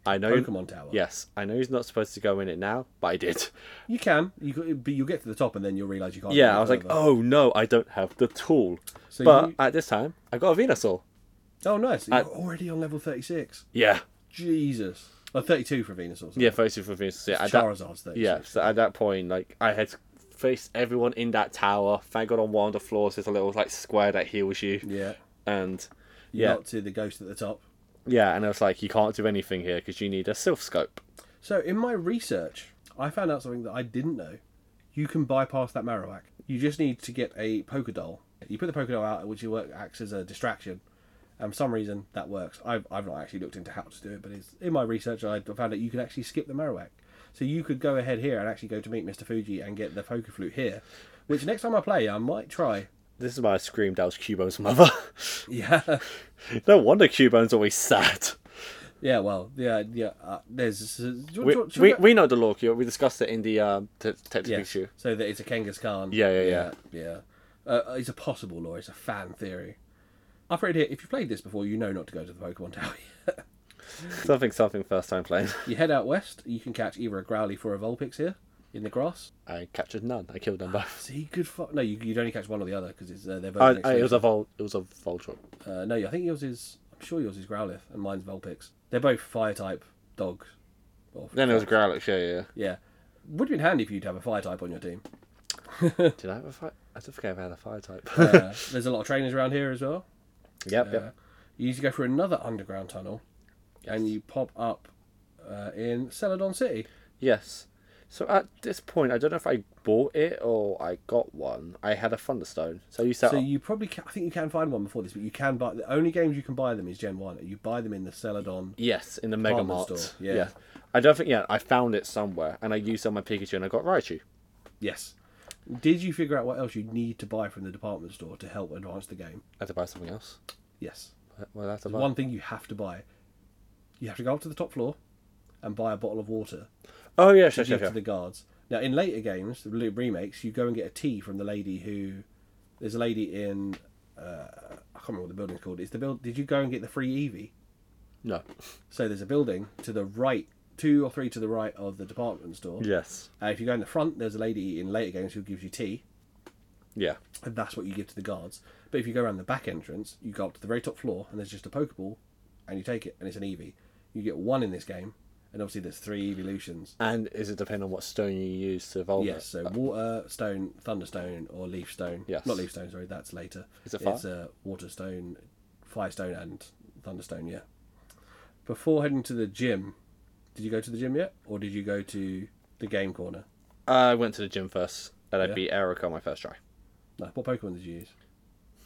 I know. Pokemon Tower. Yes, I know he's not supposed to go in it now, but I did. you can. You could, but you'll get to the top and then you'll realize you can't. Yeah, go I was like, further. oh no, I don't have the tool. So but you- at this time, I got a Venusaur. oh, nice. You're already on level thirty-six. Yeah. Jesus. Oh, 32 for Venus or something. Yeah, facing for Venusaur. Yeah, at that, Charizard's 32. yeah, so at that point, like, I had faced everyone in that tower. Thank God on one of the floors there's a little, like, square that heals you. Yeah. And, You yeah, got to the ghost at the top. yeah, and I was like, you can't do anything here because you need a Sylph Scope. So in my research, I found out something that I didn't know. You can bypass that Marowak. You just need to get a Pokedoll. You put the Pokedoll out, which work acts as a distraction. And for some reason, that works. I've, I've not actually looked into how to do it, but it's, in my research, I found out you could actually skip the Marowak. So you could go ahead here and actually go to meet Mr. Fuji and get the Poke Flute here, which next time I play, I might try This is why I screamed I was Cubo's mother. Yeah. no wonder Cubo's always sad. Yeah, well, yeah, yeah. Uh, there's. do you- We, do you- do you- we, we know the law, Cubo. We discussed it in the um, te- Detective yeah. Pikachu. So that it's a Genghis Khan. Yeah, yeah, yeah. Yeah. yeah. Uh, it's a possible law. It's a fan theory. I've read here. If you've played this before, you know not to go to the Pokemon Tower. Something, something, first time playing. you head out west. You can catch either a Growlithe or a Vulpix here in the grass. I captured none. I killed them both. See, good fuck. No, you you'd only catch one or the other because it's uh, they're both. I, next I, to it each was a vol. It was a Voltron. Uh, no, I think yours is. I'm sure yours is Growlithe and mine's Vulpix. They're both fire type dogs. Or- Then it was Growlithe. Yeah, Yeah. Would have been handy for you to have a fire type on your team. yeah. Did I have a fire? I don't think I ever had a fire type. Uh, there's a lot of trainers around here as well. yep, Uh, yep. you need to go through another underground tunnel, and you pop up uh, in Celadon City. Yes. So at this point, I don't know if I bought it or I got one. I had a Thunderstone. So you set So up. you probably, ca I think you can find one before this, but you can buy the only games you can buy them is Gen One. You buy them in the Celadon. Yes, in the Mega Department Mart. store, yeah. I don't think. Yeah, I found it somewhere, and I used it on my Pikachu, and I got Raichu. Yes. Did you figure out what else you need to buy from the department store to help advance the game? I had to buy something else. Yes. Well, that's about. One thing you have to buy, you have to go up to the top floor, and buy a bottle of water Oh yeah, sure, to sure, give sure. to the guards. Now, in later games, the li- remakes, you go and get a tea from the lady who. There's a lady in. Uh, I can't remember what the building's called. It's the build. Did you go and get the free Eevee? No. So there's a building to the right, two or three to the right of the department store. Yes. Uh, if you go in the front, there's a lady in later games who gives you tea, Yeah. and that's what you give to the guards. But if you go around the back entrance, you go up to the very top floor, and there's just a Pokeball, and you take it, and it's an Eevee. You get one in this game, and obviously there's three Evolutions. And is it depend on what stone you use to evolve Yes, it? so water stone, thunderstone, or leaf stone. Yes. not leaf stone. Sorry, that's later. Is it fire? It's a water stone, fire stone, and thunderstone. Yeah. Before heading to the gym, did you go to the gym yet, or did you go to the game corner? I went to the gym first, and I Yeah. beat Erica on my first try. No. What Pokemon did you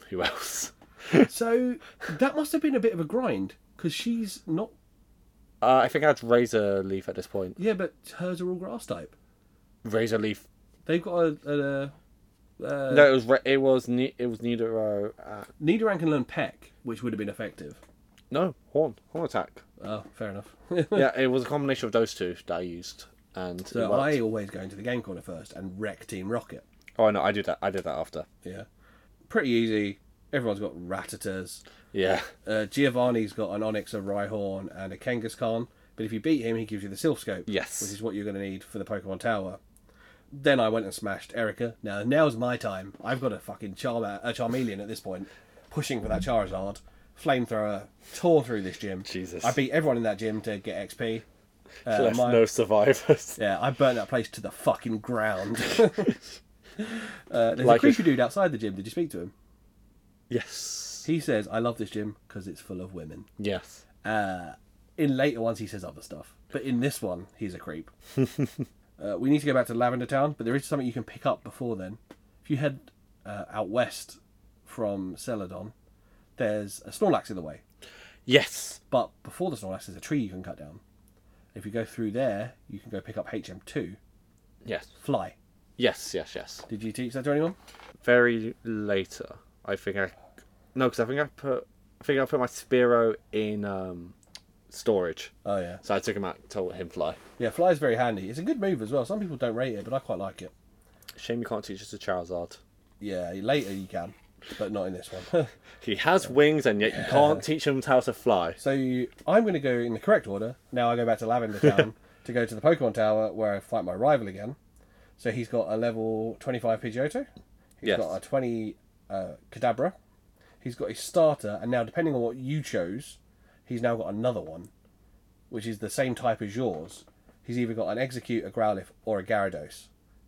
Who else? use? so that must have been a bit of a grind because she's not. Uh, I think I had Razor Leaf at this point. Yeah, but hers are all grass type. Razor Leaf. They've got a. a, a uh, No, it was re- it was ne- it was Nidoro. Uh, Nidoran can learn Peck, which would have been effective. no, Horn Horn Attack. Oh, fair enough. yeah, it was a combination of those two that I used, and it So worked. I always go into the game corner first and wreck Team Rocket. Oh no, I did that. I did that after. Yeah. Pretty easy. Everyone's got Ratatas. Yeah. Uh, Giovanni's got an Onyx, a Rhyhorn, and a Kangaskhan. But if you beat him, he gives you the Sylph Scope. Yes. Which is what you're going to need for the Pokemon Tower. Then I went and smashed Erica. Now, now's my time. I've got a fucking Charm- a Charmeleon at this point, pushing for that Charizard. Flamethrower tore through this gym. Jesus. I beat everyone in that gym to get XP. Uh, Left my- no survivors. yeah, I burnt that place to the fucking ground. uh, there's Like a creepy dude outside the gym. Did you speak to him? Yes. He says, I love this gym because it's full of women. Yes. Uh, in later ones, he says other stuff. But in this one, he's a creep. uh, we need to go back to Lavender Town, but there is something you can pick up before then. If you head uh, out west from Celadon, there's a Snorlax in the way. Yes. But before the Snorlax, there's a tree you can cut down. If you go through there, you can go pick up HM2. Yes. Fly. Yes. Yes. Yes. Did you teach that to anyone? Very later, I think I. No, because I think I put. I think I put my Spiro in um, storage, Oh yeah, so I took him out, told him fly. yeah. Fly is very handy. It's a good move as well. Some people don't rate it, but I quite like it. Shame you can't teach us a Charizard. Yeah, later you can, but not in this one. He has wings, and yet you can't teach him how to fly. so you, I'm going to go in the correct order. Now I go back to Lavender Town to go to the Pokemon Tower where I fight my rival again. So he's got a level 25 Pidgeotto. He's Yes. got a 20 uh, Kadabra. He's got a starter, and now depending on what you chose, he's now got another one, which is the same type as yours. He's either got an Execute, a Growlithe, or a Gyarados,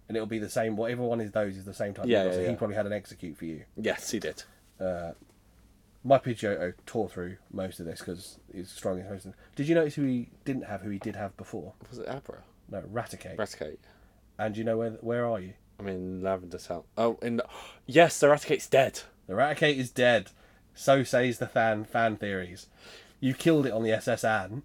and it'll be the same. Whatever one is those is the same type. as Yeah, yours, yeah, so yeah. He probably had an Execute for you. Yes, he did. My Pidgeotto tore through most of this because he's strong in most of them. Did you notice who he didn't have, who he did have before? Was it Abra? No, Raticate. Raticate. and you know where where are you? I mean, Lavender Town. Oh, in the... yes, the Raticate's dead. The Raticate is dead. So says the fan fan theories. You killed it on the SSN.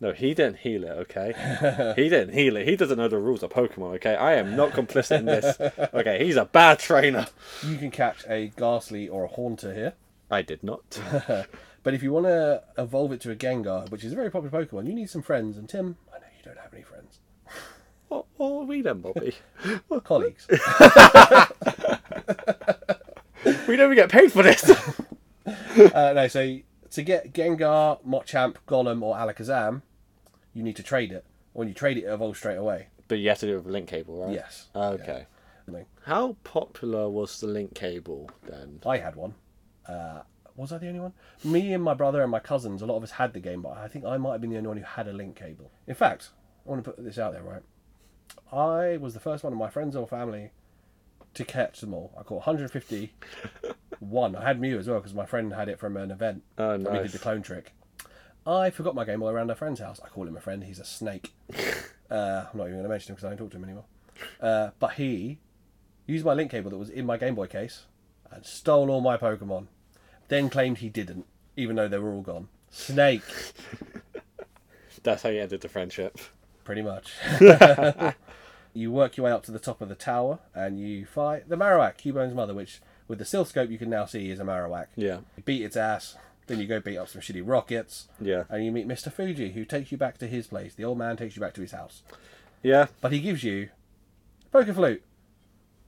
No, he didn't heal it, okay? he didn't heal it. He doesn't know the rules of Pokemon, okay? I am not complicit in this. Okay, he's a bad trainer. You can catch a Ghastly or a Haunter here. I did not. But if you want to evolve it to a Gengar, which is a very popular Pokemon, you need some friends. And Tim, I know you don't have any friends. What, what are we then, Bobby? Colleagues. we don't even get paid for this. uh, no, so to get Gengar, Machamp, Golem, or Alakazam, you need to trade it. When you trade it, it evolves straight away. but you have to do it with a link cable, right? Yes. Okay. Yeah. How popular was the link cable then? I had one. Uh, was I the only one? Me and my brother and my cousins, a lot of us had the game, but I think I might have been the only one who had a link cable. In fact, I want to put this out there, right? I was the first one of my friends or family to catch them all. I caught 150. one. I had Mew as well because my friend had it from an event. Oh, and We did nice. the clone trick. I forgot my game all around a friend's house. I call him a friend. He's a snake. uh, I'm not even going to mention him because I don't talk to him anymore. Uh, but he used my link cable that was in my Game Boy case and stole all my Pokemon. Then claimed he didn't, even though they were all gone. Snake, That's how you ended the friendship. pretty much. you work your way up to the top of the tower and you fight the Marowak, Cubone's mother, which with the Silph Scope you can now see is a Marowak. Yeah. You beat its ass, then you go beat up some shitty rockets. Yeah. And you meet Mr. Fuji, who takes you back to his place. The old man takes you back to his house. Yeah. But he gives you Poker Flute.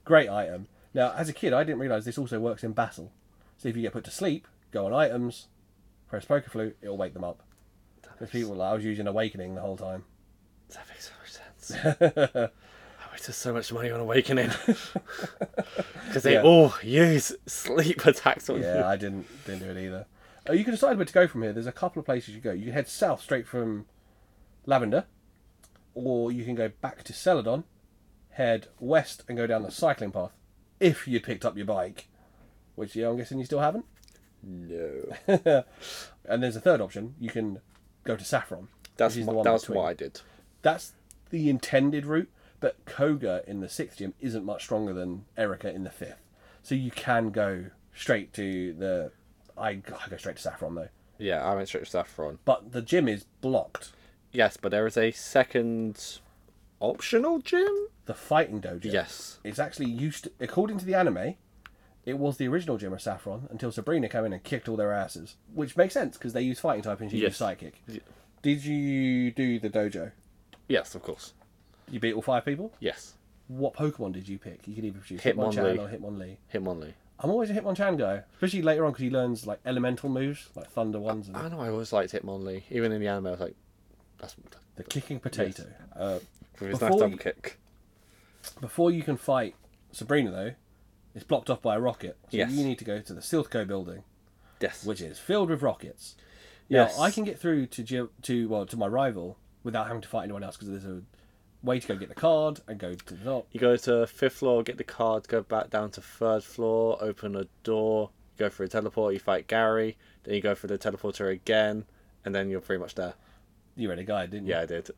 Great item. Now, as a kid, I didn't realise this also works in battle. So if you get put to sleep, go on items, press Poker Flute, it'll wake them up. There's people like, I was using Awakening the whole time. That makes so much sense. I wasted so much money on Awakening. Because they Yeah. all use sleep attacks on Yeah, I didn't didn't do it either. Uh, you can decide where to go from here. There's a couple of places you go. You can head south straight from Lavender, or you can go back to Celadon, head west and go down the cycling path. If you'd picked up your bike, which yeah, I'm guessing you still haven't. you. No. And there's a third option. You can go to Saffron. That's, which is my, the one that's between. what I did. That's the intended route, but Koga in the sixth gym isn't much stronger than Erica in the fifth. So you can go straight to the. I, I go straight to Saffron though. Yeah, I went straight to Saffron. but the gym is blocked. Yes, but there is a second optional gym? The fighting dojo. Yes. It's actually used to, according to the anime, it was the original gym of Saffron until Sabrina came in and kicked all their asses, which makes sense because they use fighting type and she Yes. used psychic. Did you do the dojo? Yes, of course. You beat all five people. Yes. What Pokemon did you pick? You could either choose Hitmonlee. Hitmonchan or Hitmonlee. Hitmonlee. I'm always a Hitmonchan guy, especially later on because he learns like elemental moves, like thunder ones and I know I always liked Hitmonlee. Even in the anime, I was like, that's the kicking potato. Uh, with his nice Before double you- kick. Before you can fight Sabrina, though, it's blocked off by a rocket. So Yes. you need to go to the Silthco building, Yes. which is filled with rockets. yes. Now, I can get through to Jim, to well to my rival without having to fight anyone else because there's a way to go get the card and go to the top. You go to fifth floor, get the card, go back down to third floor, open a door, go for a teleport, you fight Gary, then you go for the teleporter again, and then you're pretty much there. You read a guide, didn't you? Yeah, I did.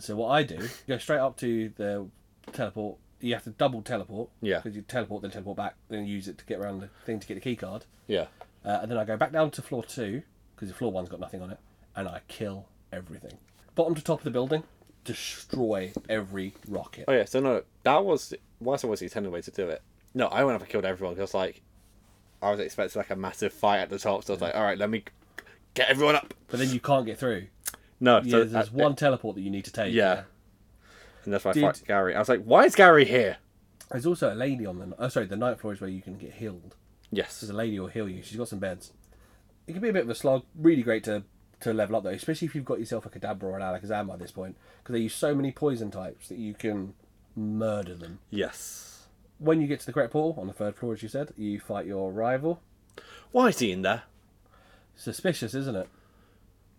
So what I do, go straight up to the teleport. You have to double teleport. Yeah. Because you teleport, then teleport back, then use it to get around the thing to get the key card. Yeah. Uh, and then I go back down to floor two because the floor one's got nothing on it, and I kill everything. Bottom to top of the building, destroy every rocket. Oh yeah, so no, that was whilst I was the intended way to do it. No, I went up and killed everyone because like I was expecting like a massive fight at the top, so I was like, all right, let me get everyone up. But then you can't get through. No, Yeah, so there's uh, one teleport that you need to take. Yeah. And that's why I Did- fight Gary. I was like, why is Gary here? There's also a lady on the. Oh, sorry, the ninth floor is where you can get healed. Yes. There's a lady who'll heal you. She's got some beds. It can be a bit of a slog. Really great to to level up though, especially if you've got yourself a Kadabra or an Alakazam by this point, because they use so many poison types that you can murder them. Yes. When you get to the correct portal on the third floor, as you said, you fight your rival. Why is he in there? Suspicious, isn't it?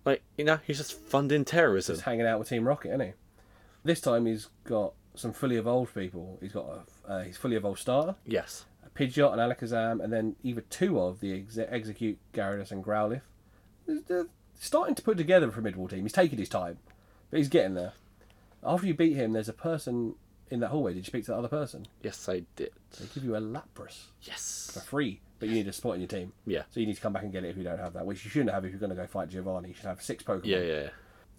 Like, you know, he's just funding terrorism. Just hanging out with Team Rocket, isn't he? This time he's got some fully evolved people. He's got a uh, he's fully evolved starter, Yes. a Pidgeot, an Alakazam, and then either two of the exe- execute Gyarados and Growlithe. He's uh, starting to put together a formidable team. He's taking his time, but he's getting there. After you beat him, there's a person in that hallway. Did you speak to that other person? Yes, I did. They give you a Lapras for Yes. free, but you need a spot in your team. Yeah. So you need to come back and get it if you don't have that, which you shouldn't have if you're going to go fight Giovanni. You should have six Pokemon. Yeah, yeah, yeah.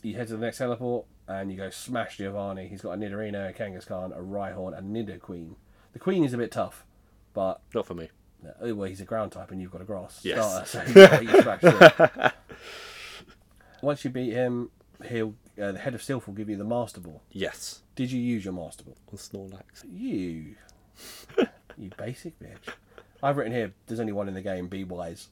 You head to the next teleport and you go smash Giovanni. He's got a Nidorino, a Kangaskhan, a Rhyhorn, and Nidoqueen. The Queen is a bit tough, but Not for me. uh, well, he's a ground type and you've got a grass Yes. starter, so yeah, you smash it. Once you beat him, he'll uh, the head of Sylph will give you the Master Ball. Yes. Did you use your Master Ball? On Snorlax. You. you basic bitch. I've written here, there's only one in the game, be wise.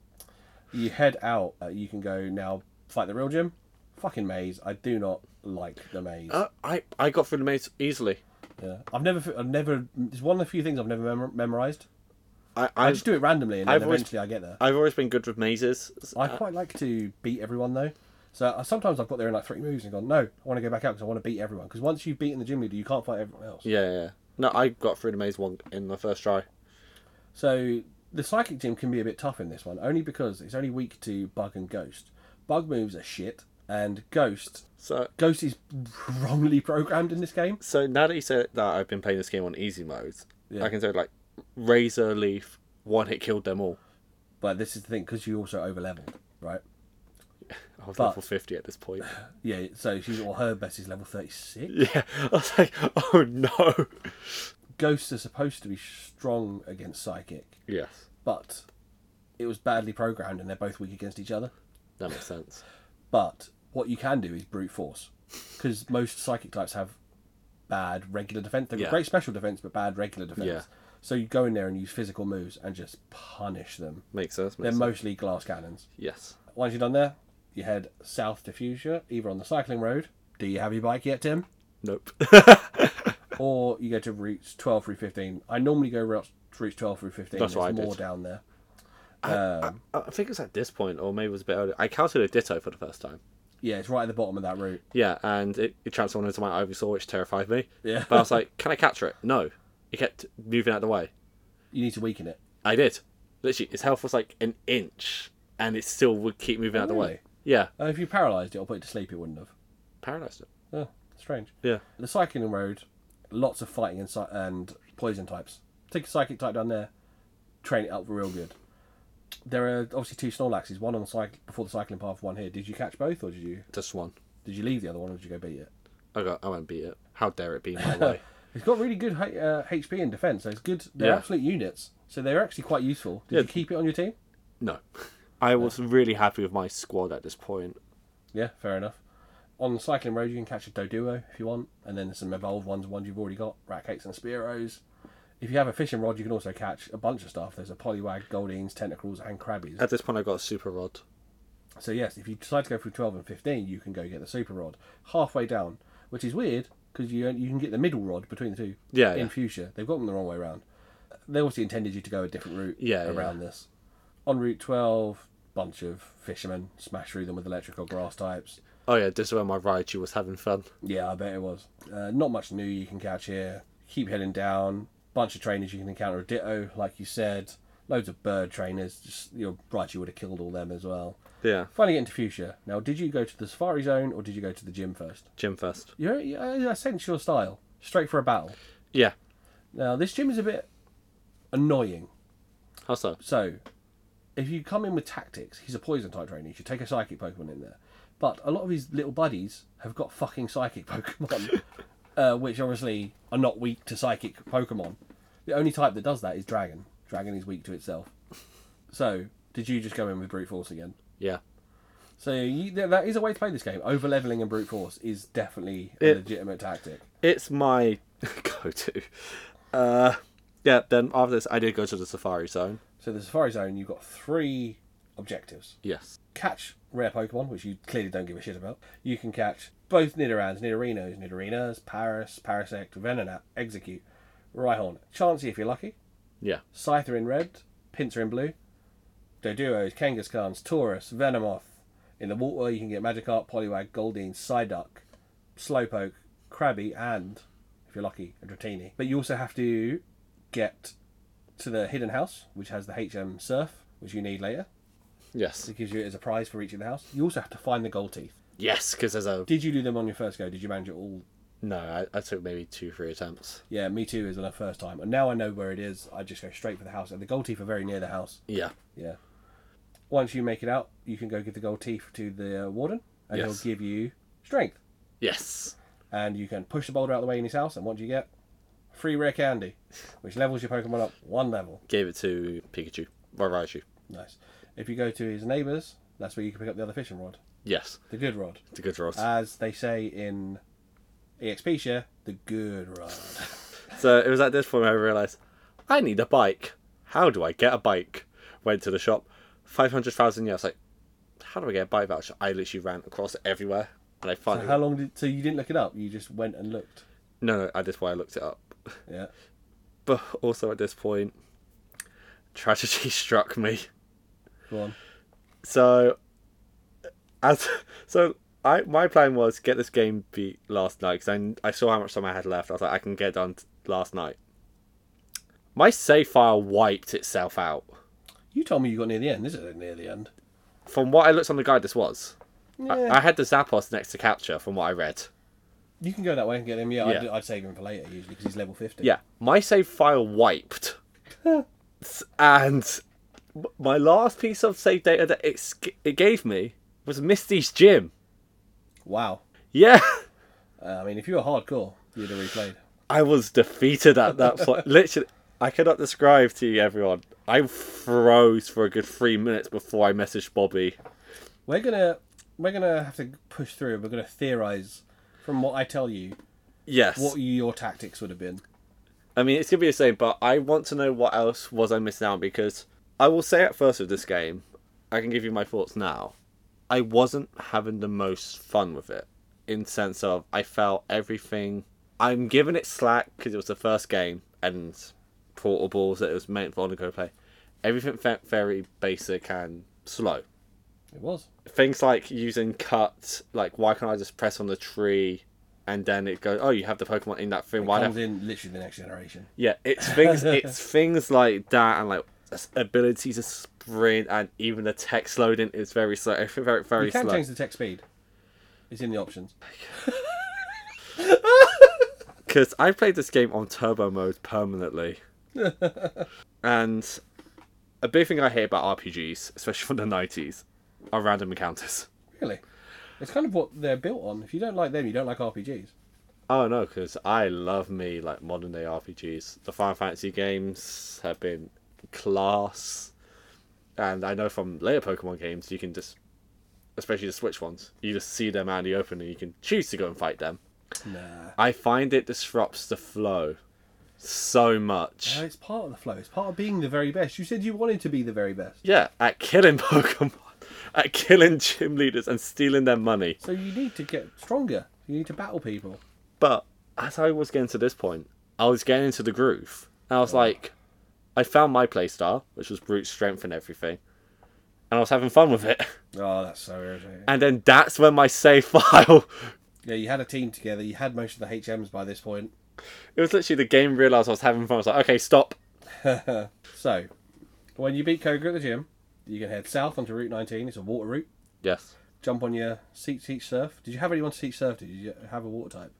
You head out, uh, you can go now fight the real gym. Fucking maze. I do not like the maze. Uh, I I got through the maze easily. yeah. I've never, f- I've never, it's one of the few things I've never memor- memorized. I I I just do it randomly and then I've always- eventually I get there. I've always been good with mazes. uh, I quite like to beat everyone though. So uh, sometimes I've got there in like three moves and gone, no, I want to go back out because I want to beat everyone. Because once you've beaten the gym leader, you can't fight everyone else. Yeah, yeah. No, I got through the maze one in the first try. So the psychic gym can be a bit tough in this one, only because it's only weak to bug and ghost. Bug moves are shit, and ghost So ghost is wrongly programmed in this game. so now that you said that I've been playing this game on easy modes, Yeah. I can say like Razor Leaf one hit killed them all. But this is the thing because you also over leveled, right? I was But- level fifty at this point. Yeah. So she's or her best is level thirty six. yeah, I was like, oh no. Ghosts are supposed to be strong against psychic, Yes, but it was badly programmed, and they're both weak against each other. that makes sense. But what you can do is brute force, because most psychic types have bad regular defense. They've got Yeah. great special defense, but bad regular defense. Yeah. So you go in there and use physical moves and just punish them. Makes sense. They're Makes sense. mostly glass cannons. yes. Once you're done there, you head south to Fuchsia, either on the cycling road. Do you have your bike yet, Tim? Nope. Or you go to routes 12 through 15. I normally go routes, routes 12 through 15. That's There's what I did. more down there. I, I think it was at this point, or maybe it was a bit earlier. I counted a ditto for the first time. Yeah, it's right at the bottom of that route. Yeah, and it, it transformed into my Ivysaur, which terrified me. Yeah. But I was like, can I capture it? No. It kept moving out of the way. You need to weaken it. I did. Literally, its health was like an inch, and it still would keep moving out of the really? way. Yeah. Uh, if you paralyzed it or put it to sleep, it wouldn't have. Paralyzed it. Oh, strange. Yeah. The cycling road, lots of fighting and, psy- and poison types. Take a psychic type down there, train it up real good. There are obviously two Snorlaxes, one on the cycle before the cycling path, one here. Did you catch both, or did you Just one. did you leave the other one, or did you go beat it? I got. I won't beat it. How dare it be my way? It's got really good H- uh, HP and defense. So it's good. They're Yeah. absolute units, so they're actually quite useful. Did you keep it on your team? No. I was really happy with my squad at this point. Yeah, fair enough. On the cycling road, you can catch a Doduo if you want, and then there's some evolved ones, ones you've already got, Ratcakes and Spearows. If you have a fishing rod, you can also catch a bunch of stuff. There's a Poliwag, Goldines, Tentacles, and Crabbies. At this point, I got a super rod. So, yes, if you decide to go through 12 and 15, you can go get the Super Rod halfway down, which is weird because you, you can get the middle rod between the two Yeah, in yeah. Fuchsia. They've got them the wrong way around. They obviously intended you to go a different route Yeah, yeah. around this. On Route 12, bunch of fishermen smash through them with electrical grass types. Oh yeah, this is where my Raichu was having fun. Yeah, I bet it was. Uh, not much new you can catch here. Keep heading down. Bunch of trainers you can encounter a ditto, like you said. Loads of bird trainers. Just you're right, you would have killed all them as well. Yeah. Finally, getting to Fuchsia. Now, did you go to the Safari Zone or did you go to the gym first? Gym first. You're, you I sense your style. Straight for a battle. Yeah. Now, this gym is a bit annoying. How so? So, if you come in with tactics, he's a poison type trainer. You should take a psychic Pokemon in there. But a lot of his little buddies have got fucking psychic Pokemon, uh, which obviously are not weak to psychic Pokemon. The only type that does that is Dragon. Dragon is weak to itself. So, did you just go in with brute force again? Yeah. So you, there, that is a way to play this game. Over leveling and brute force is definitely a It- legitimate tactic. it's my go-to. Uh, yeah. Then after this, I did go to the Safari Zone. So the Safari Zone, you've got three objectives. Yes. catch rare Pokemon, which you clearly don't give a shit about. You can catch both Nidorans, Nidorinos, Nidorinas, Paris, Parasect, Venonat, Execute, Rhyhorn, Chansey if you're lucky, Yeah. Scyther in red, Pinsir in blue, Doduos, Kangaskhan's, Taurus, Venomoth. In the water, you can get Magikarp, Poliwag, Goldeen, Psyduck, Slowpoke, Crabby, and, if you're lucky, a Dratini. But you also have to get to the Hidden House, which has the HM Surf, which you need later. Yes. It gives you it as a prize for reaching the house. You also have to find the gold teeth. Yes, because there's a Did you do them on your first go? Did you manage it all? no. I, I took maybe two, three attempts. Yeah, me too is on the first time. And now I know where it is. I just go straight for the house. And the gold teeth are very near the house. Yeah. Yeah. Once you make it out, you can go give the gold teeth to the uh, warden. And Yes. he'll give you strength. Yes. And you can push the boulder out of the way in his house, and what do you get? Free rare candy, which levels your Pokemon up one level. Gave it to Pikachu. Raichu. Nice. If you go to his neighbours, that's where you can pick up the other fishing rod, Yes. the good rod. It's a good rod. As they say in EXP share, the good rod. So it was at this point where I realised I need a bike. How do I get a bike? Went to the shop, five hundred thousand yen. I was like, how do I get a bike voucher? I literally ran across everywhere, and I finally How long did so you didn't look it up? You just went and looked. no, no. At this point, I looked it up, Yeah. but also at this point, tragedy struck me. Go on. So, as so, I my plan was get this game beat last night because I, I saw how much time I had left. I was like, I can get done t- last night. My save file wiped itself out. You told me you got near the end. This isn't near the end. From what I looked on the guide, this was. Yeah. I, I had the Zappos next to capture from what I read. You can go that way and get him. Yeah, I'd, Yeah. I'd save him for later usually because he's level fifty. Yeah, my save file wiped, S- and m- my last piece of save data that it, sk- it gave me was Misty's gym. Wow. Yeah. Uh, I mean, if you were hardcore, you'd have replayed. I was defeated at that point. Literally, I cannot describe to you, everyone. I froze for a good three minutes before I messaged Bobby. We're gonna we're gonna have to push through. We're gonna theorize from what I tell you Yes. what your tactics would have been. I mean, it's going to be the same, but I want to know what else was I missing out on because I will say at first with this game, I can give you my thoughts now. I wasn't having the most fun with it in sense of I felt everything. I'm giving it slack because it was the first game and portables that it was meant for on the go play. Everything felt very basic and slow It was. things like using cut, like why can't I just press on the tree and then it goes, oh, you have the Pokemon in that thing. Why Comes don't... in literally the next generation. Yeah, it's things, it's things like that and like s- ability to sprint and even the text loading is very slow. Everything very very You can slow. change the tech speed. It's in the options. Because I played this game on turbo mode permanently, and a big thing I hate about RPGs, especially from the nineties, are random encounters. Really, it's kind of what they're built on. If you don't like them, you don't like RPGs. Oh no, because I love me like modern day RPGs. The Final Fantasy games have been class, and I know from later Pokemon games you can just, especially the Switch ones, you just see them out in the open and you can choose to go and fight them. Nah. I find it disrupts the flow so much. No, Uh, it's part of the flow. It's part of being the very best. You said you wanted to be the very best, Yeah, at killing Pokemon, at killing gym leaders and stealing their money. so you need to get stronger. You need to battle people. But as I was getting to this point, I was getting into the groove. And I was like, I found my playstyle, which was brute strength and everything. And I was having fun with it. Oh, that's so irritating. And then that's when my save file. Yeah, you had a team together. You had most of the HMs by this point. It was literally the game realised I was having fun. I was like, okay, stop. So, when you beat Koga at the gym, you can head south onto Route 19. It's a water route. Yes. Jump on your seat, teach surf. Did you have anyone to teach surf? to? Did you have a water type?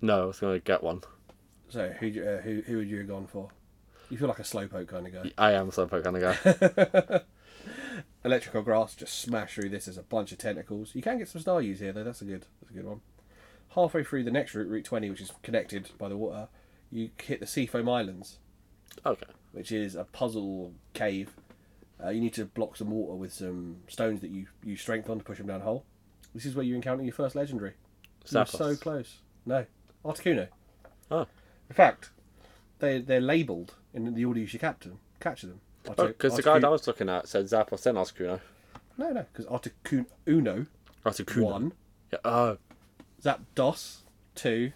No, I was going to get one. So, who do you- uh, who who would you have gone for? You feel like a slowpoke kind of guy. I am a Slowpoke kind of guy. Electrical grass, just smash through this. There's a bunch of tentacles. You can get some star use here though. That's a good, that's a good one. Halfway through the next route, Route 20, which is connected by the water, you hit the Seafoam Islands, okay. which is a puzzle cave. Uh, you need to block some water with some stones that you you strength on to push them down a hole. This is where you encounter your first legendary. You're Zappos. so close. No, Articuno. Oh. In fact, they they're labelled in the order you should capture them. Capture them. Artic- Because Oh, the guy that I Articuno- was looking at said Zappos, then Articuno. no no because Articuno Articuno. one. Yeah. Oh. Zapdos, two,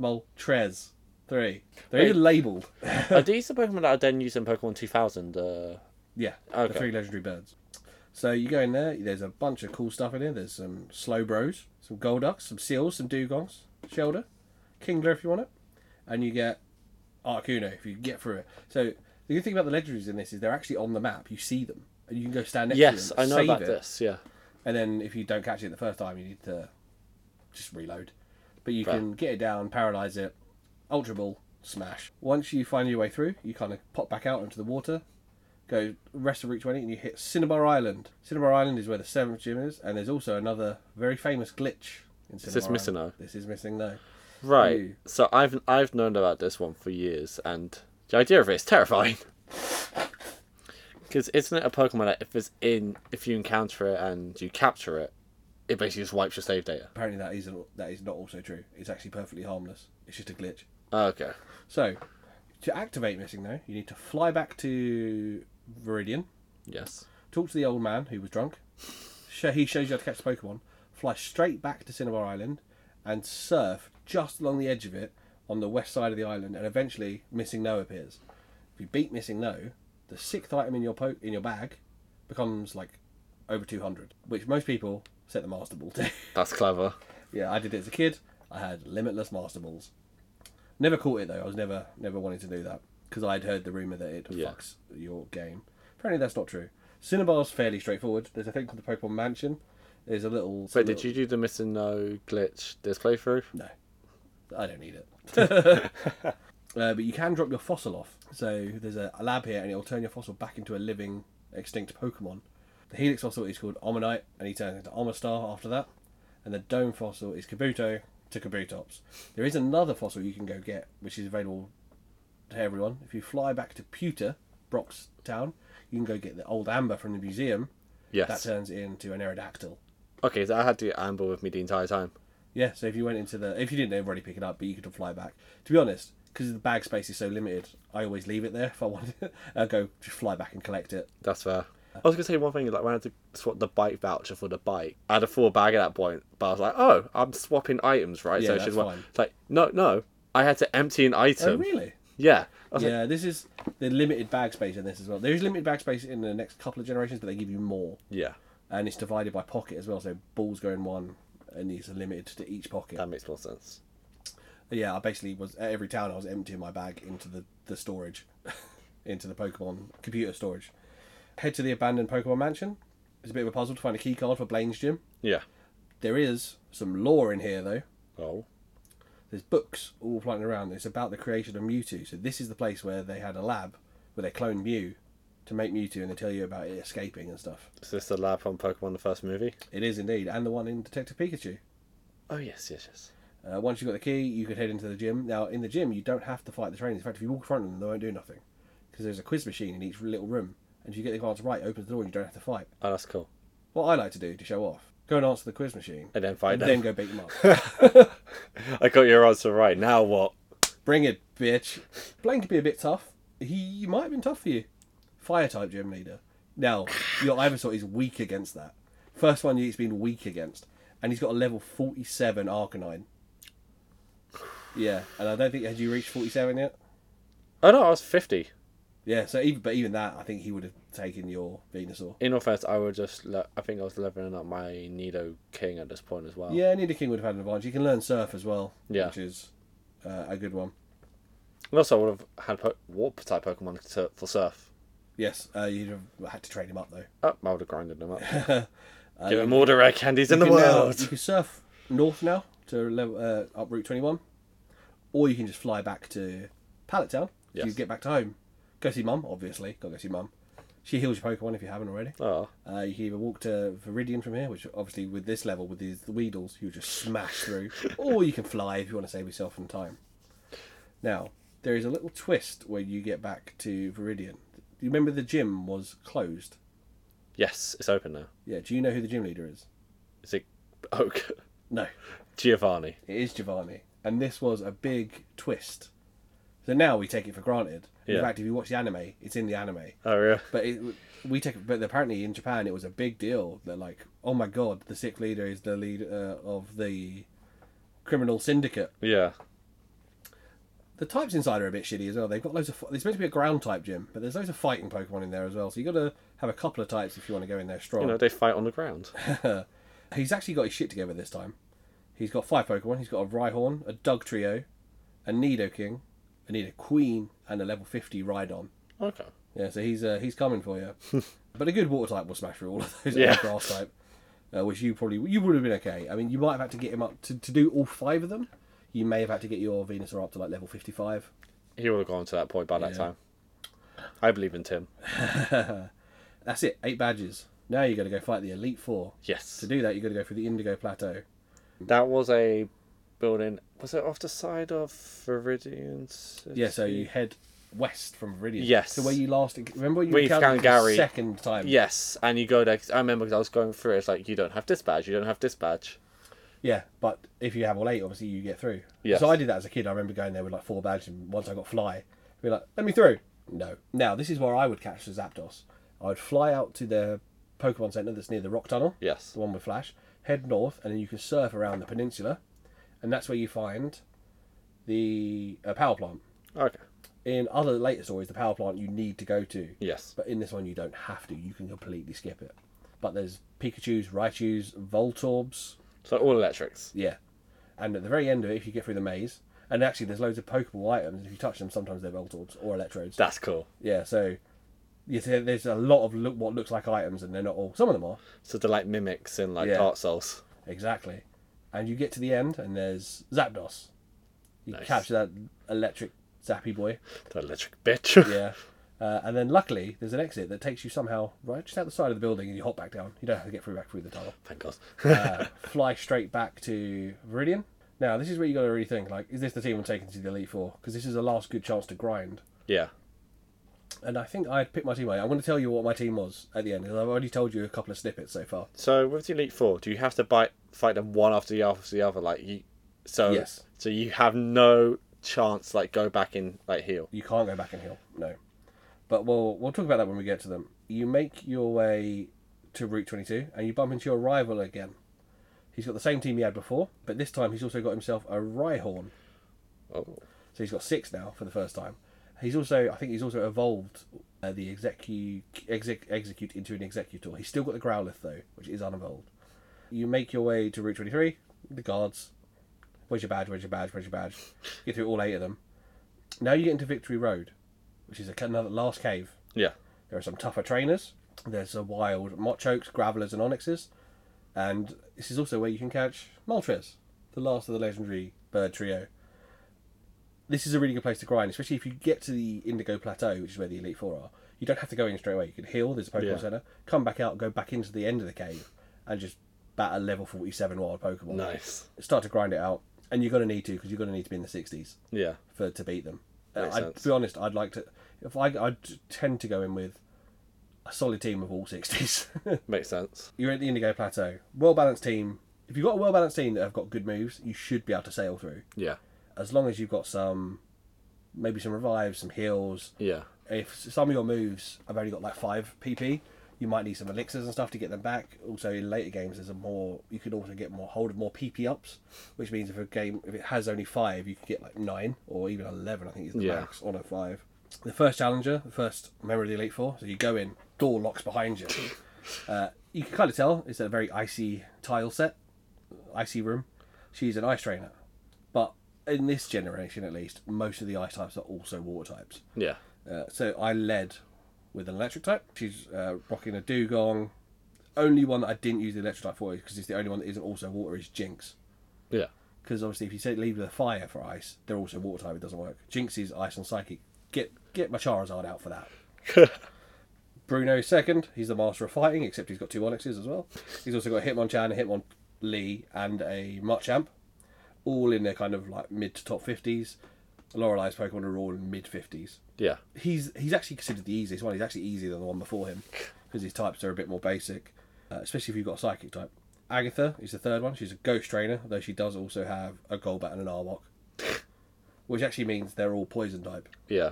Moltres, three. They're even Wait. labelled. Are these the Pokemon that I then used in Pokemon 2000? Uh, Yeah, the Okay. three legendary birds. So you go in there. There's a bunch of cool stuff in here. There's some Slowbros, some Golducks, some Seals, some Dugongs, Shelder, Kingler if you want it, and you get Articuno if you can get through it. So the good thing about the legendaries in this is they're actually on the map. You see them, and you can go stand next yes, to them. I know save about it. this. Yeah. And then if you don't catch it the first time, you need to just reload. But you Right. can get it down, paralyze it, ultra ball, smash. Once you find your way through, you kind of pop back out into the water, go rest of Route 20, and you hit Cinnabar Island. Cinnabar Island is where the seventh gym is, and there's also another very famous glitch Is this missing though? This is missing though. Right. Ew. So I've I've known about this one for years, and the idea of it is terrifying. Because isn't it a Pokemon that if it's in, if you encounter it and you capture it, it basically just wipes your save data. Apparently that is that is not also true. It's actually perfectly harmless. It's just a glitch. Oh, Okay. So, to activate missing though, you need to fly back to Viridian, Yes. talk to the old man who was drunk. Sh- He shows you how to catch the Pokemon. Fly straight back to Cinnabar Island, and surf just along the edge of it on the west side of the island, and eventually missing no appears. If you beat missing no, the sixth item in your po- in your bag becomes like over two hundred, which most people set the Master Ball to. That's clever. Yeah, I did it as a kid. I had limitless master balls. Never caught it though. I was never never wanting to do that because I'd heard the rumor that it Yeah. fucks your game. Apparently, that's not true. Cinnabar's fairly straightforward. There's a thing called the Pokemon Mansion. There's a little. Wait, did you do the missing no glitch this playthrough? No, I don't need it. uh, but you can drop your fossil off. So there's a, a lab here, and it'll turn your fossil back into a living extinct Pokemon. The Helix fossil is called Omanite, and he turns into Omastar after that. And the Dome fossil is Kabuto to Kabutops. There is another fossil you can go get, which is available to everyone. If you fly back to Pewter, Brock's town, you can go get the old amber from the museum. Yes. That turns into an Aerodactyl. Okay, so I had the amber with me the entire time. Yeah, so if you went into the, if you didn't already pick it up, but you could fly back. To be honest, because the bag space is so limited, I always leave it there if I want. I go just fly back and collect it. That's fair. I was gonna say one thing, like when I had to swap the bike voucher for the bike, I had a full bag at that point, but I was like, oh, I'm swapping items, right? Yeah, I that's wa- fine. It's like, no, no, I had to empty an item. Oh, really? Yeah. I was like, Yeah, this is the limited bag space in this as well. There is limited bag space in the next couple of generations, but they give you more, yeah, and it's divided by pocket as well. So balls go in one, and these are limited to each pocket. that makes more sense. yeah, I basically was at every town I was emptying my bag into the, the storage, into the Pokemon computer storage. Head to the abandoned Pokemon mansion. It's a bit of a puzzle to find a key card for Blaine's gym. Yeah. There is some lore in here though. Oh. There's books all floating around. It's about the creation of Mewtwo. So this is the place where they had a lab where they cloned Mew to make Mewtwo, and they tell you about it escaping and stuff. Is this the lab from Pokemon the first movie? It is indeed, and the one in Detective Pikachu. Oh yes, yes, yes. Uh, once you've got the key, you could head into the gym. Now, in the gym, you don't have to fight the trainers. In fact, if you walk in front of them, they won't do nothing. Because there's a quiz machine in each little room. And if you get the answer right, it opens the door and you don't have to fight. Oh, that's cool. What I like to do to show off, go and answer the quiz machine. And then and find out. then go beat them up. I got your answer right. Now what? Bring it, bitch. Blaine could be a bit tough. He might have been tough for you. Fire type gym leader. Now, your Ivysaur is weak against that. First one he's been weak against. And he's got a level 47 Arcanine. Yeah, and I don't think, had you reached 47 yet? Oh no, I was fifty. Yeah, so even but even that, I think he would have taken your Venusaur. In all fairness, I would just. Le- I think I was leveling up my Nido King at this point as well. Yeah, Nidoking would have had an advantage. You can learn Surf as well, Yeah. which is uh, a good one. And also, I would have had po- Warp type Pokemon to- for Surf. Yes, uh, you'd have had to train him up though. Oh, I would have grinded them up. Give them all the rare candies in the You can now- world. you can Surf north now to level, uh, up Route 21, or you can just fly back to Pallet Town. So you Yes. get back to home. Go see Mum, obviously. Gotta go see Mum. She heals your Pokemon if you haven't already. Oh, Uh, you can either walk to Viridian from here, which obviously with this level, with these Weedles, you just smash through, or you can fly if you want to save yourself some time. Now, there is a little twist when you get back to Viridian. You remember the gym was closed? yes, it's open now. Yeah, do you know who the gym leader is? Is it Oak No, Giovanni? it is Giovanni. And this was a big twist. So now we take it for granted. In Yeah. fact, if you watch the anime, it's in the anime. Oh, yeah. But it, we take, but apparently in Japan it was a big deal that like, oh my god, the sick leader is the leader uh, of the criminal syndicate. Yeah. The types inside are a bit shitty as well. They've got loads of. fi- There's meant to be a ground type gym, but there's loads of fighting Pokemon in there as well. So you got to have a couple of types if you want to go in there strong. You know, they fight on the ground. He's actually got his shit together this time. He's got five Pokemon. He's got a Rhyhorn, a Dug Trio, a Nidoking, a Nidoqueen, and a level fifty Rhydon. Okay. Yeah, so he's uh, he's coming for you. but a good water type will smash through all of those. Yeah. Yeah. Grass type, uh, which you probably you would have been okay. I mean, you might have had to get him up to, to do all five of them. You may have had to get your Venusaur up to like level fifty five. He would have gone to that point by that time. I believe in Tim. That's it. Eight badges. Now you got to go fight the Elite Four. Yes. To do that, you got to go through the Indigo Plateau. That was a building. Was it off the side of Viridian? City? Yeah, so you head west from Viridian. Yes. So where you last remember when you Where you encountered found the Gary. second time. Yes, and you go there. 'cause I remember because I was going through. It's like you don't have dispatch. You don't have dispatch. Yeah, but if you have all eight, obviously you get through. Yes. So I did that as a kid. I remember going there with like four bags, and once I got fly, be like, "Let me through." No. Now this is where I would catch the Zapdos. I would fly out to the Pokemon Center that's near the Rock Tunnel. Yes. The one with Flash. Head north, and then you can surf around the peninsula, and that's where you find the uh, power plant. Okay. In other later stories, the power plant you need to go to. Yes. But in this one, you don't have to. You can completely skip it. But there's Pikachu's, Raichu's, Voltorbs. So all electrics. Yeah. And at the very end of it, if you get through the maze, and actually there's loads of pokeable items. If you touch them, sometimes they're Voltorbs or Electrodes. That's cool. yeah, so yeah, so there's a lot of look, what looks like items, and they're not all. Some of them are. So they're like mimics in like Yeah. Dark Souls. Exactly. And you get to the end, and there's Zapdos. You Nice. capture that electric zappy boy. The electric bitch. Yeah. Uh, and then luckily, there's an exit that takes you somehow right just out the side of the building, and you hop back down. You don't have to get through back through the tunnel. Thank God. uh, fly straight back to Viridian. Now, this is where you got to really think: like, is this the team I'm taking to the Elite Four? Because this is the last good chance to grind. yeah. And I think I'd pick my team. I'm going to tell you what my team was at the end, because I've already told you a couple of snippets so far. So with the Elite Four, do you have to bite, fight them one after the other, after the other? Like you, so Yes. so you have no chance to, like go back in like heal. You can't go back and heal, no. But we'll we'll talk about that when we get to them. You make your way to Route 22, and you bump into your rival again. He's got the same team he had before, but this time he's also got himself a Rhyhorn. Oh, So he's got six now for the first time. He's also, I think, he's also evolved uh, the execu- exec- execute into an executor. He's still got the Growlithe though, which is unevolved. You make your way to Route Twenty Three. The guards, where's your badge? Where's your badge? Where's your badge? Get through all eight of them. Now you get into Victory Road, which is a, ca- another last cave. yeah. There are some tougher trainers. There's a wild Mochokes, Gravelers, and Onyxes. And this is also where you can catch Moltres, the last of the legendary bird trio. This is a really good place to grind, especially if you get to the Indigo Plateau, which is where the Elite Four are. You don't have to go in straight away. You can heal, there's a Pokemon Yeah. Center, come back out, go back into the end of the cave, and just bat a level 47 wild Pokemon. Nice. Start to grind it out, and you're going to need to, because you're going to need to be in the 60s Yeah. for to beat them. Makes I, sense. to be honest, I'd like to. If I, I tend to go in with a solid team of all sixties. Makes sense. You're at the Indigo Plateau, well balanced team. If you've got a well balanced team that have got good moves, you should be able to sail through. Yeah. As long as you've got some, maybe some revives, some heals. Yeah. If some of your moves have only got like five PP, you might need some elixirs and stuff to get them back. Also, in later games, there's a more you can also get more hold of more PP ups, which means if a game if it has only five, you can get like nine or even eleven. I think is the Yeah. max on a five. The first challenger, the first member of the elite four, so you go in, door locks behind you. Uh, you can kind of tell it's a very icy tile set, icy room. She's an ice trainer, but in this generation at least, most of the ice types are also water types. Yeah. Uh, so I led with an electric type. She's uh, rocking a dugong. Only one that I didn't use the electric type for because it's the only one that isn't also water is Jinx. Yeah. Because obviously, if you say leave the fire for ice, they're also water type. It doesn't work. Jinx is ice and psychic. Get get my Charizard out for that. Bruno second. He's the master of fighting, except he's got two Onyxes as well. He's also got a Hitmonchan, a Hitmonlee, and a Machamp, all in their kind of like mid to top fifties. Lorelei's Pokemon are all in mid fifties Yeah. he's he's actually considered the easiest one. He's actually easier than the one before him because his types are a bit more basic, uh, especially if you've got a psychic type. Agatha is the third one. She's a ghost trainer, though she does also have a Golbat and an Arbok, which actually means they're all poison type. Yeah.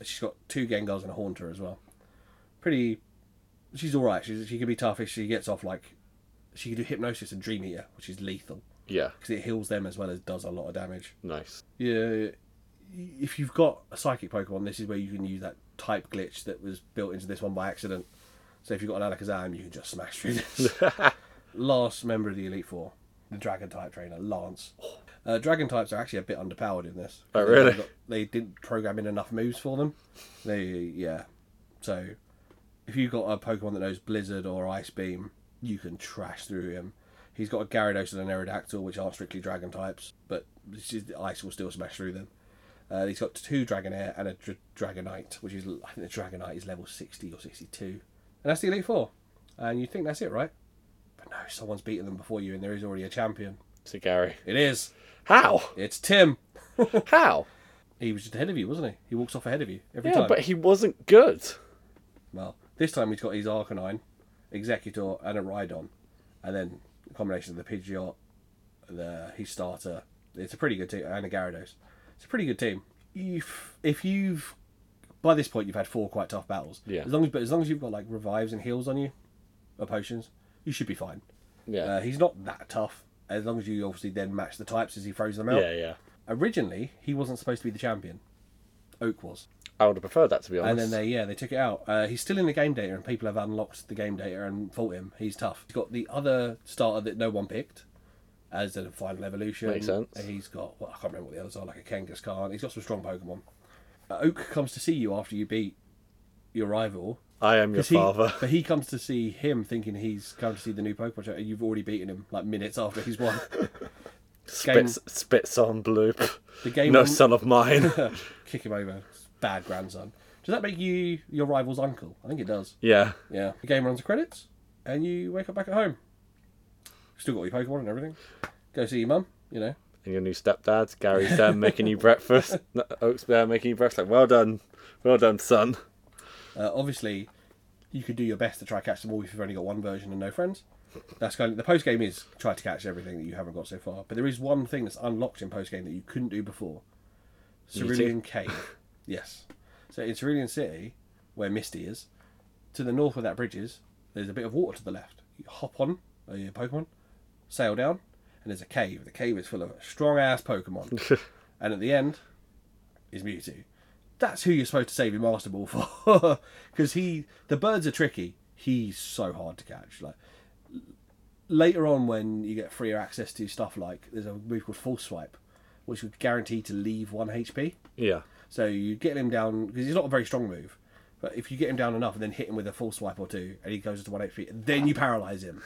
She's got two Gengars and a Haunter as well. Pretty, she's all right. She's, she can be tough if she gets off like she can do hypnosis and Dream Eater, which is lethal Yeah. because it heals them as well as does a lot of damage Nice. yeah, if you've got a psychic Pokemon, this is where you can use that type glitch that was built into this one by accident. So if you've got an Alakazam, you can just smash through this. Last member of the Elite Four, the Dragon type trainer, Lance. Uh, Dragon types are actually a bit underpowered in this. Oh, really? They, got- they didn't program in enough moves for them. They yeah. So if you've got a Pokemon that knows Blizzard or Ice Beam, you can trash through him. He's got a Gyarados and an Aerodactyl, which aren't strictly dragon types, but this is- the ice will still smash through them. Uh, he's got two Dragonair and a Dra- Dragonite, which is, I think the Dragonite is level 60 or 62. And that's the Elite Four. And you think that's it, right? But no, someone's beaten them before you, and there is already a champion. to Gary. It is. How? It's Tim. How? He was just ahead of you, wasn't he? He walks off ahead of you every Yeah, time. but he wasn't good. Well, this time he's got his Arcanine, Executor, and a Rhydon. And then a combination of the Pidgeot, the his starter. It's a pretty good team, and a Gyarados. It's a pretty good team. If, if you've, by this point, you've had four quite tough battles. Yeah. As long as, but as long as you've got like revives and heals on you, or potions, you should be fine. Yeah. Uh, he's not that tough. As long as you obviously then match the types as he throws them out. Yeah, yeah. Originally, he wasn't supposed to be the champion. Oak was. I would have preferred that to be honest. And then they yeah they took it out. Uh, he's still in the game data, and people have unlocked the game data and fought him. He's tough. He's got the other starter that no one picked as a final evolution. Makes sense. He's got well, I can't remember what the others are like a Kangaskhan. He's got some strong Pokemon. Uh, Oak comes to see you after you beat your rival. I am your 'Cause he- father. but he comes to see him thinking he's come to see the new Pokemon, show, and you've already beaten him like minutes after he's won. game- Spits, spits on Bloop. The game no on- son of mine. Kick him over, bad grandson. Does that make you your rival's uncle? I think it does. yeah. Yeah. The game runs the credits, and you wake up back at home. Still got your Pokemon and everything. Go see your mum, you know. And your new stepdad, Gary's there making you breakfast. No, Oak's there making you breakfast. Like, well done. Well done, son. Uh, obviously, you could do your best to try catch them all if you've only got one version and no friends. That's kind of the post game is try to catch everything that you haven't got so far. But there is one thing that's unlocked in post game that you couldn't do before. Cerulean Cave. Yes. So in Cerulean City, where Misty is, to the north of that bridge is, there's a bit of water to the left. You hop on uh, your Pokemon, sail down, and there's a cave. The cave is full of strong ass Pokemon. and at the end is Mewtwo. That's who you're supposed to save your Master Ball for. Because he, the birds are tricky. He's so hard to catch. Like later on when you get freer access to stuff like there's a move called false swipe which would guarantee to leave one hp Yeah. so you get him down because it's not a very strong move but if you get him down enough and then hit him with a full swipe or two and he goes to one hp then you paralyze him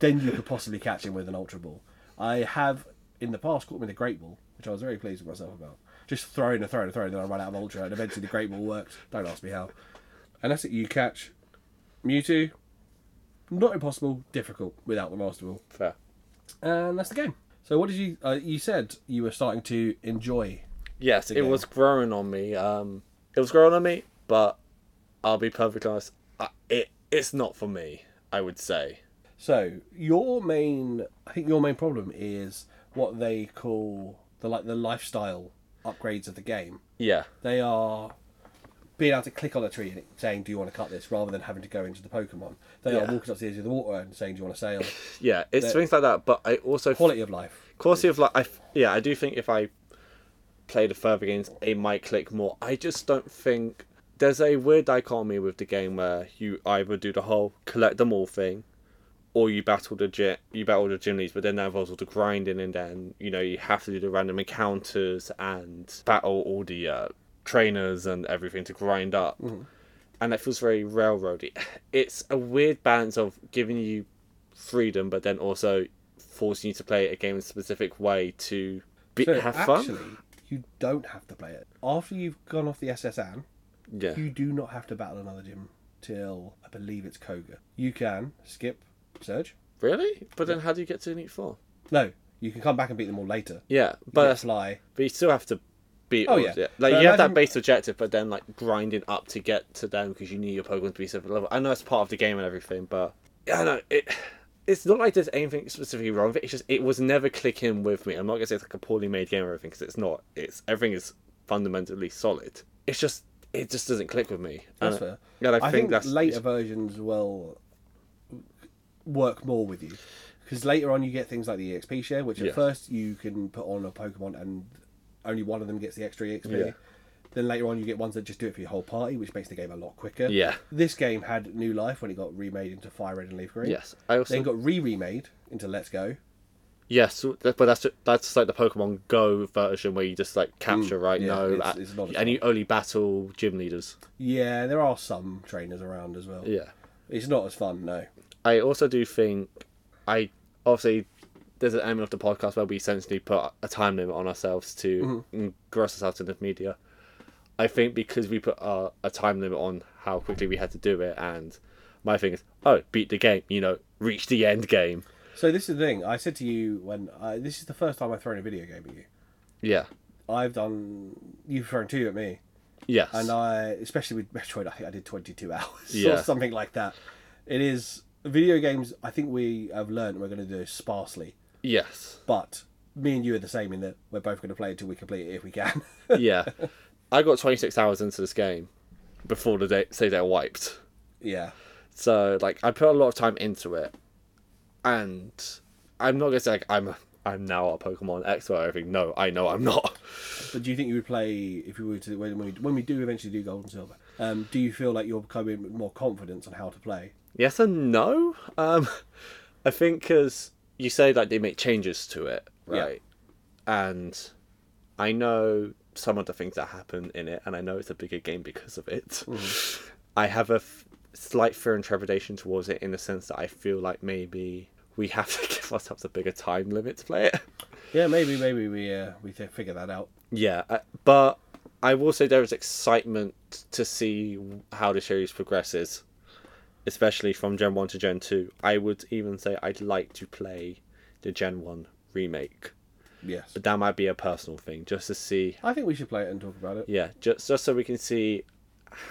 then you could possibly catch him with an ultra ball i have in the past caught him with a great ball which i was very pleased with myself about just throwing and throwing and throwing then i run out of ultra and eventually the great ball works don't ask me how and that's it you catch mewtwo not impossible difficult without the master ball Fair. and that's the game. So what did you? Uh, you said you were starting to enjoy. Yes, it game. was growing on me. Um, it was growing on me, but I'll be perfectly honest. I, it it's not for me. I would say. So your main, I think your main problem is what they call the like the lifestyle upgrades of the game. Yeah. They are being able to click on a tree and it saying, "Do you want to cut this?" rather than having to go into the Pokemon. They Yeah. are walking up to the edge of the water and saying, "Do you want to sail?" Yeah. It's things like that. But I also f- Quality of life. quality of life. I f- yeah. I do think if I played the further games, it might click more. I just don't think there's a weird dichotomy with the game where you either do the whole collect them all thing. Or you battle the gym, you battle the gym leads, but then that involves all the grinding, and then you know you have to do the random encounters and battle all the uh, trainers and everything to grind up, Mm-hmm. and that feels very railroady. It's a weird balance of giving you freedom, but then also forcing you to play a game in a specific way to be, So have actually, fun. you don't have to play it after you've gone off the SSN. Yeah, You do not have to battle another gym till I believe it's Koga. You can skip Surge. really? But then how do you get to an elite four? No, you can come back and beat them all later. Yeah, But but that's fly. But you still have to beat Oh, all yeah. of it. Like, So you have that imagine- base objective, but then, like, grinding up to get to them because you need your Pokemon to be certain level. I know it's part of the game and everything, but... Yeah, I know. It, it's not like there's anything specifically wrong with it. It's just, it was never clicking with me. I'm not going to say it's, like, a poorly made game or everything, because it's not. It's Everything is fundamentally solid. It's just... It just doesn't click with me. That's And- fair. And I, think, that's... later versions will work more with you because later on you get things like the EXP share, which at Yeah. first you can put on a Pokemon and only one of them gets the extra EXP. Yeah. Then later on you get ones that just do it for your whole party, which makes the game a lot quicker. Yeah. This game had new life when it got remade into Fire Red and Leaf Green. Yes. I also... Then got re-remade into Let's Go. Yes, but that's ju- that's just like the Pokemon Go version where you just like capture, right? yeah, no, it's- uh, it's not as and you only battle gym leaders. Yeah, there are some trainers around as well. Yeah, It's not as fun, no. I also do think I obviously there's an element of the podcast where we essentially put a time limit on ourselves to Mm-hmm. engross ourselves in the media. I think because we put a, a time limit on how quickly we had to do it, and my thing is, oh, beat the game, you know, reach the end game. So this is the thing. I said to you when I, this is the first time I've thrown a video game at you. Yeah. I've done you've thrown two at me, Yes. and I especially with Metroid, I think I did twenty two hours or Yeah. something like that. It is video games. I think we have learned we're going to do sparsely, yes. but me and you are the same in that we're both going to play it until we complete it if we can. Yeah. I got 26 hours into this game before the day, say they're wiped. yeah, So like I put a lot of time into it, and I'm not gonna say like I'm I'm now a Pokemon expert or everything. No, I know I'm not. but do you think you would play if you were to when we when we do eventually do gold and silver? Um, do you feel like you're becoming with more confidence on how to play? Yes and no. Um, I think because you say like they make changes to it, Yeah. right? And I know some of the things that happen in it, and I know it's a bigger game because of it. I have a f- slight fear and trepidation towards it in the sense that I feel like maybe we have to give ourselves a bigger time limit to play it. Yeah, maybe maybe we uh, we th- figure that out. Yeah, uh, but I will say there is excitement to see how the series progresses, especially from Gen 1 to Gen 2. I would even say I'd like to play the Gen 1 remake, Yes, but that might be a personal thing just to see. I think we should play it and talk about it. Yeah, just just so we can see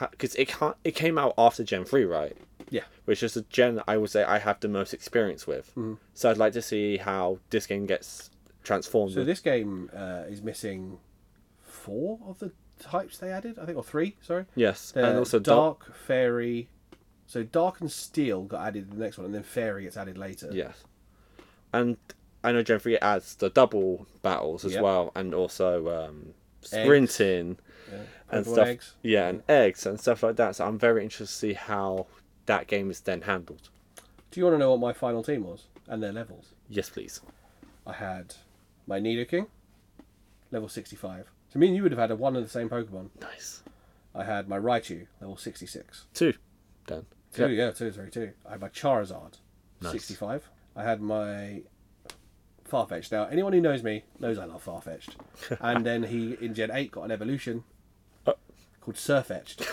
because it can't, it came out after Gen 3, right? Yeah, Which is the gen I would say I have the most experience with. Mm-hmm. So I'd like to see how this game gets transformed. So this game uh, is missing four of the types they added, I think, or three. Sorry. yes, They're and also dark. dark, fairy. So dark and steel got added in the next one, and then fairy gets added later. Yes. And I know Gen 3 adds the double battles as Yep. well, and also um, sprinting and Pokemon stuff. eggs. Yeah, and eggs and stuff like that. So I'm very interested to see how that game is then handled. Do you want to know what my final team was and their levels? Yes, please. I had my Nidoking, level sixty-five. So me and you would have had a one of the same Pokemon. Nice. I had my Raichu, level sixty-six. Two, then. Two, yeah, two, sorry, two. I had my Charizard, Nice. 65. I had my Farfetch'd. Now, anyone who knows me knows I love Farfetch'd. and then he, in Gen 8, got an evolution Uh. called Surfetch'd,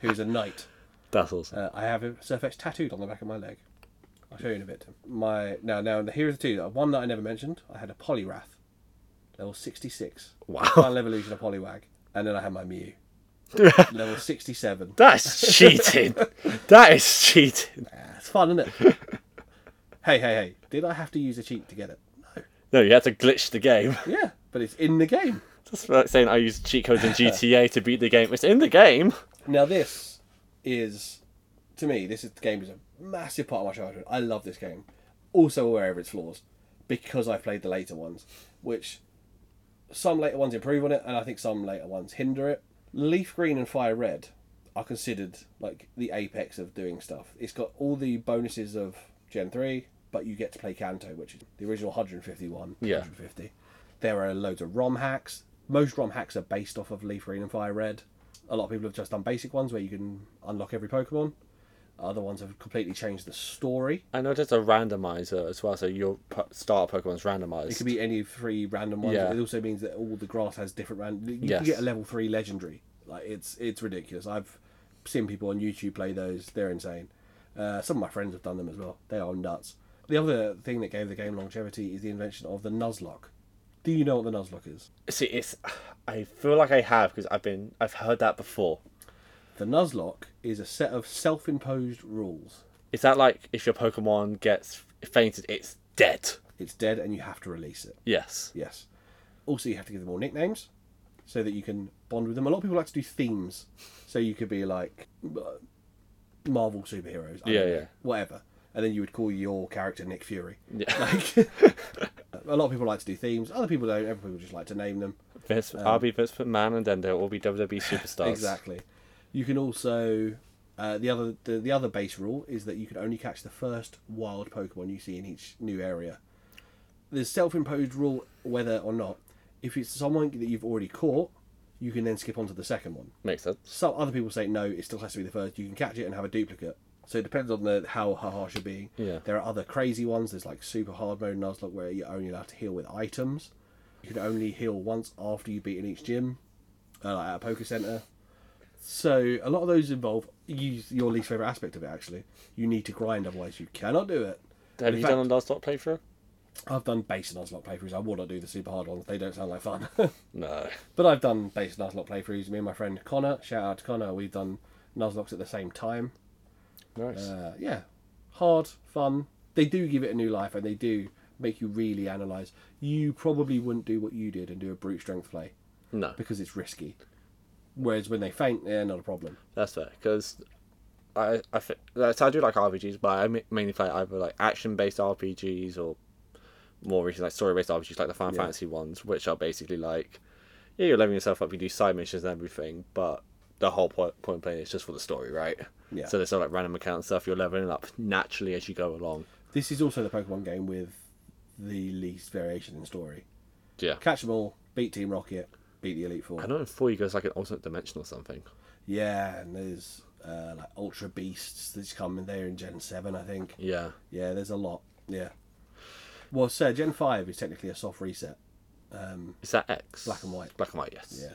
who's a knight. That's awesome. Uh, I have a Surfetch'd tattooed on the back of my leg. I'll show you in a bit. My Now, now here's the two. One that I never mentioned, I had a Poliwrath, level 66. Wow. Final evolution of Poliwag. And then I had my Mew, level 67. That's cheating. that is cheating. It's fun, isn't it? hey, hey, hey. Did I have to use a cheat to get it? No, you had to glitch the game. Yeah, but it's in the game. That's like saying I used cheat codes in GTA to beat the game. It's in the game. Now this is to me, this is the game is a massive part of my childhood. I love this game. Also aware of its flaws. Because I played the later ones, which some later ones improve on it and I think some later ones hinder it. Leaf Green and Fire Red are considered like the apex of doing stuff. It's got all the bonuses of Gen 3, but you get to play Kanto, which is the original 151, Yeah. 150. There are loads of ROM hacks. Most ROM hacks are based off of Leaf Green and Fire Red. A lot of people have just done basic ones where you can unlock every Pokemon. Other ones have completely changed the story. I know there's a randomizer as well, so your po- starter Pokemon's randomized. It could be any three random ones. Yeah. It also means that all the grass has different random. You Yes. can get a level three legendary. Like it's it's ridiculous. I've seen people on YouTube play those. They're insane. Uh, some of my friends have done them as well. They are nuts. The other thing that gave the game longevity is the invention of the Nuzlocke. Do you know what the Nuzlocke is? See, it's. I feel like I have because I've been. I've heard that before. The Nuzlocke is a set of self-imposed rules. Is that like if your Pokemon gets fainted, it's dead? It's dead, and you have to release it. Yes. Yes. Also, you have to give them all nicknames so that you can bond with them. A lot of people like to do themes, so you could be like uh, Marvel superheroes. I don't Yeah, know, yeah. Whatever, and then you would call your character Nick Fury. Yeah. Like, a lot of people like to do themes. Other people don't. Other people just like to name them. Vince, um, I'll be Vince McMahon, and then there will be WWE superstars. Exactly. You can also uh, the other the, the other base rule is that you can only catch the first wild Pokemon you see in each new area. The self-imposed rule, whether or not, if it's someone that you've already caught, you can then skip on to the second one. Makes sense. Some other people say no, it still has to be the first. You can catch it and have a duplicate. So it depends on the how how harsh you're being. Yeah. There are other crazy ones. There's like super hard mode Nuzlocke where you're only allowed to heal with items. You can only heal once after you've beaten each gym, uh, like at a poker center. So a lot of those involve use your least favorite aspect of it. Actually, you need to grind, otherwise you cannot do it. Have you fact- done a last lot playthrough? I've done base and Ocelot playthroughs. I want to do the super hard ones. They don't sound like fun. No. but I've done base and Ocelot playthroughs. Me and my friend Connor, shout out to Connor, we've done Nuzlocks at the same time. Nice. Uh, yeah, hard, fun. They do give it a new life and they do make you really analyse. You probably wouldn't do what you did and do a brute strength play no. because it's risky. Whereas when they faint, they're not a problem. That's fair because I I thi- that's how I do like RPGs, but I ma- mainly play either like action based RPGs or more recently like story based RPGs, like the Final Fantasy ones, which are basically like yeah, you're leveling yourself up, you do side missions and everything, but the whole point point of playing is just for the story, right? Yeah. So there's no like random account stuff. You're leveling up naturally as you go along. This is also the Pokemon game with the least variation in story. Yeah. Catch them all, beat Team Rocket, beat the Elite Four. I know in four you goes like an alternate dimension or something. Yeah, and there's uh, like Ultra Beasts that's coming there in Gen 7, I think. Yeah. Yeah, there's a lot. Yeah. Well, so Gen 5 is technically a soft reset. Is that X? Black and white. Black and white. Yes. Yeah.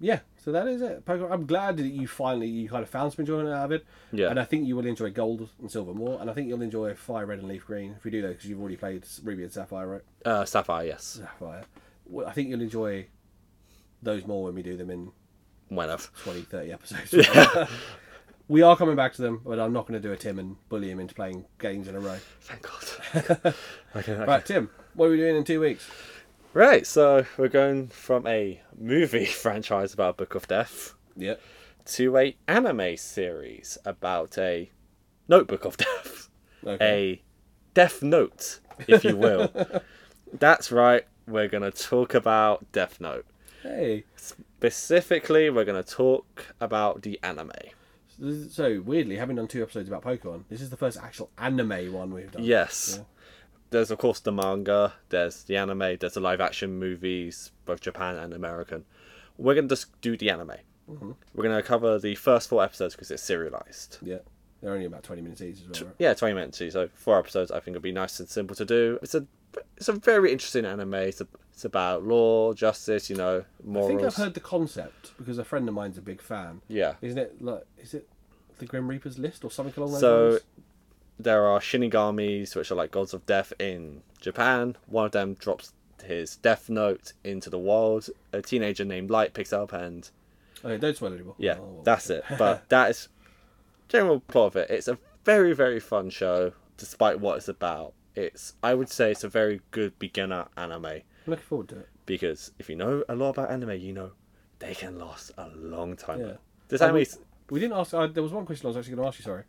Yeah, so that is it. Pokemon, I'm glad that you finally you kind of found some enjoyment out of it. Yeah. And I think you will enjoy Gold and Silver more, and I think you'll enjoy Fire Red and Leaf Green if you do that because you've already played Ruby and Sapphire, right? Uh, Sapphire. Yes. Sapphire. Well, I think you'll enjoy those more when we do them in Whenever. 20, 30 episodes. we are coming back to them, but I'm not going to do a Tim and bully him into playing games in a row. Thank God. okay. okay. Right, Tim, what are we doing in two weeks? Right, so we're going from a movie franchise about Book of Death Yeah. to a anime series about a notebook of death. Okay. A death note, if you will. That's right, we're gonna talk about Death Note. Hey. Specifically, we're gonna talk about the anime. So, this is- so, weirdly, having done two episodes about Pokemon, this is the first actual anime one we've done. Yes. Yeah. There's of course the manga, there's the anime, there's the live action movies, both Japan and American. We're gonna just do the anime. Mm-hmm. We're gonna cover the first four episodes because it's serialized. Yeah. They're only about 20 minutes each as well, right? Yeah, twenty minutes. each, So four episodes, I think, would be nice and simple to do. It's a it's a very interesting anime. It's, a, it's about law, justice, you know, I morals. think I've heard the concept because a friend of mine's a big fan. Yeah. Isn't it like, is it the Grim Reaper's list or something along those So- lines? there are shinigamis which are like gods of death in japan one of them drops his death note into the world a teenager named light picks up and Okay, don't spoil anymore. yeah Oh, well. that's it but that is general plot of it it's a very very fun show despite what it's about it's i would say it's a very good beginner anime I'm looking forward to it. because if you know a lot about anime you know they can last a long time Yeah. this And anime is We didn't ask. Uh, there was one question I was actually going to ask you. Sorry,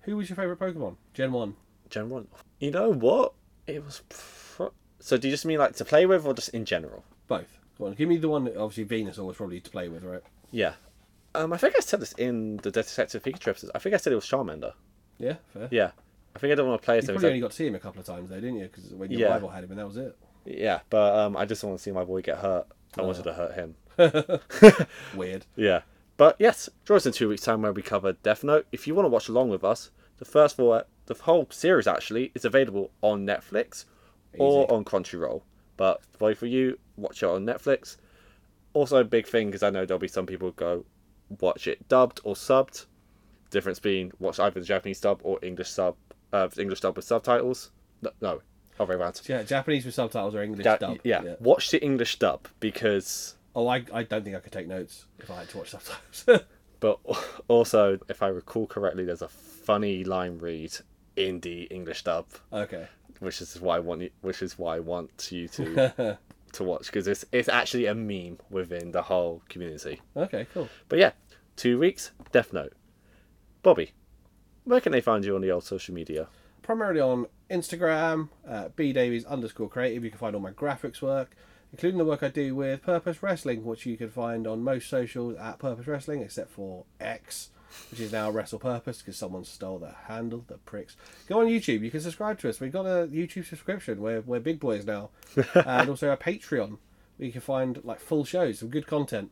who was your favorite Pokemon? Gen one. general you know what it was pro- so do you just mean like to play with or just in general Both. Go on, give me the one. That obviously, Venusaur was probably to play with, right? Yeah. Um, I think I said this in the Detective Pikachu episode. I think I said it was Charmander. Yeah, fair. Yeah. I think I didn't want to play it. You so it was probably only like, got to see him a couple of times though, didn't you? Because when your Yeah. rival had him, and that was it. yeah, but um, I just want to see my boy get hurt. I wanted to hurt him. Weird. Yeah. But yes, join us in two weeks' time where we cover Death Note. If you want to watch along with us, the first four, the whole series actually is available on Netflix or Easy. on Crunchyroll. But both for you, watch it on Netflix. Also, a big thing because I know there'll be some people who go watch it dubbed or subbed. Difference being watch either the Japanese dub or English sub, uh, English dub with subtitles. No, no, other way around. Yeah, Japanese with subtitles or English Ja- dub. yeah, watch the English dub because Oh, I, I don't think I could take notes if I had to watch subtitles. But also, if I recall correctly, there's a funny line read in the English dub, okay. which is why I want you, which is why I want you to to watch because it's it's actually a meme within the whole community. Okay. Cool. But yeah, two weeks, Death Note. Bobby, where can they find you on the old social media? primarily on Instagram, uh, bdavies underscore creative. You can find all my graphics work, including the work I do with Purpose Wrestling, which you can find on most socials at Purpose Wrestling, except for X, which is now Wrestle Purpose because someone stole the handle, the pricks. Go on YouTube. You can subscribe to us. We've got a YouTube subscription. We're, we're big boys now. and also a Patreon where you can find like full shows, some good content.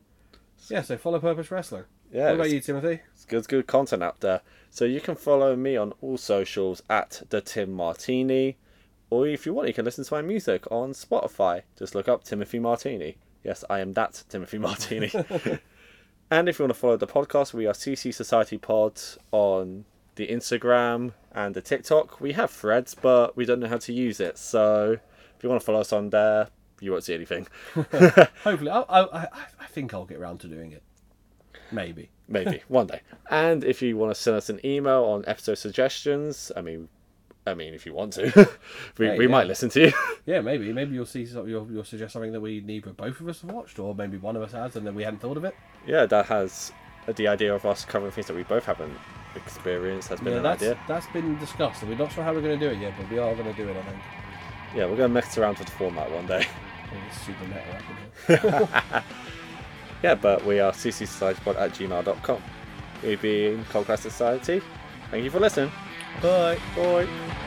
Yeah, so follow Purpose Wrestling. Yeah, What about it's- you, Timothy? It's good, good content out there. So you can follow me on all socials at the Tim Martini, or if you want, you can listen to my music on Spotify. Just look up Timothy Martini. Yes, I am that Timothy Martini. and if you want to follow the podcast, we are CC Society Pod on the Instagram and the TikTok. We have threads, but we don't know how to use it. So if you want to follow us on there, you won't see anything. Hopefully, I, I, I, I think I'll get around to doing it. Maybe. Maybe one day. And if you want to send us an email on episode suggestions, I mean, I mean, if you want to, we, Hey, we yeah. might listen to you. Yeah, maybe. Maybe you'll see. some- You'll, you'll suggest something that we neither both of us have watched, or maybe one of us has, and then we hadn't thought of it. yeah, that has the idea of us covering things that we both haven't experienced has been yeah, an that's idea. that's been discussed, and we're not sure how we're going to do it yet, but we are going to do it. I think. Yeah, we're gonna mess around with the format one day. I think it's super meta. I think. yeah, but we are ccsocietypod at gmail.com. We've been Cold Class Society. Thank you for listening. Bye. Bye.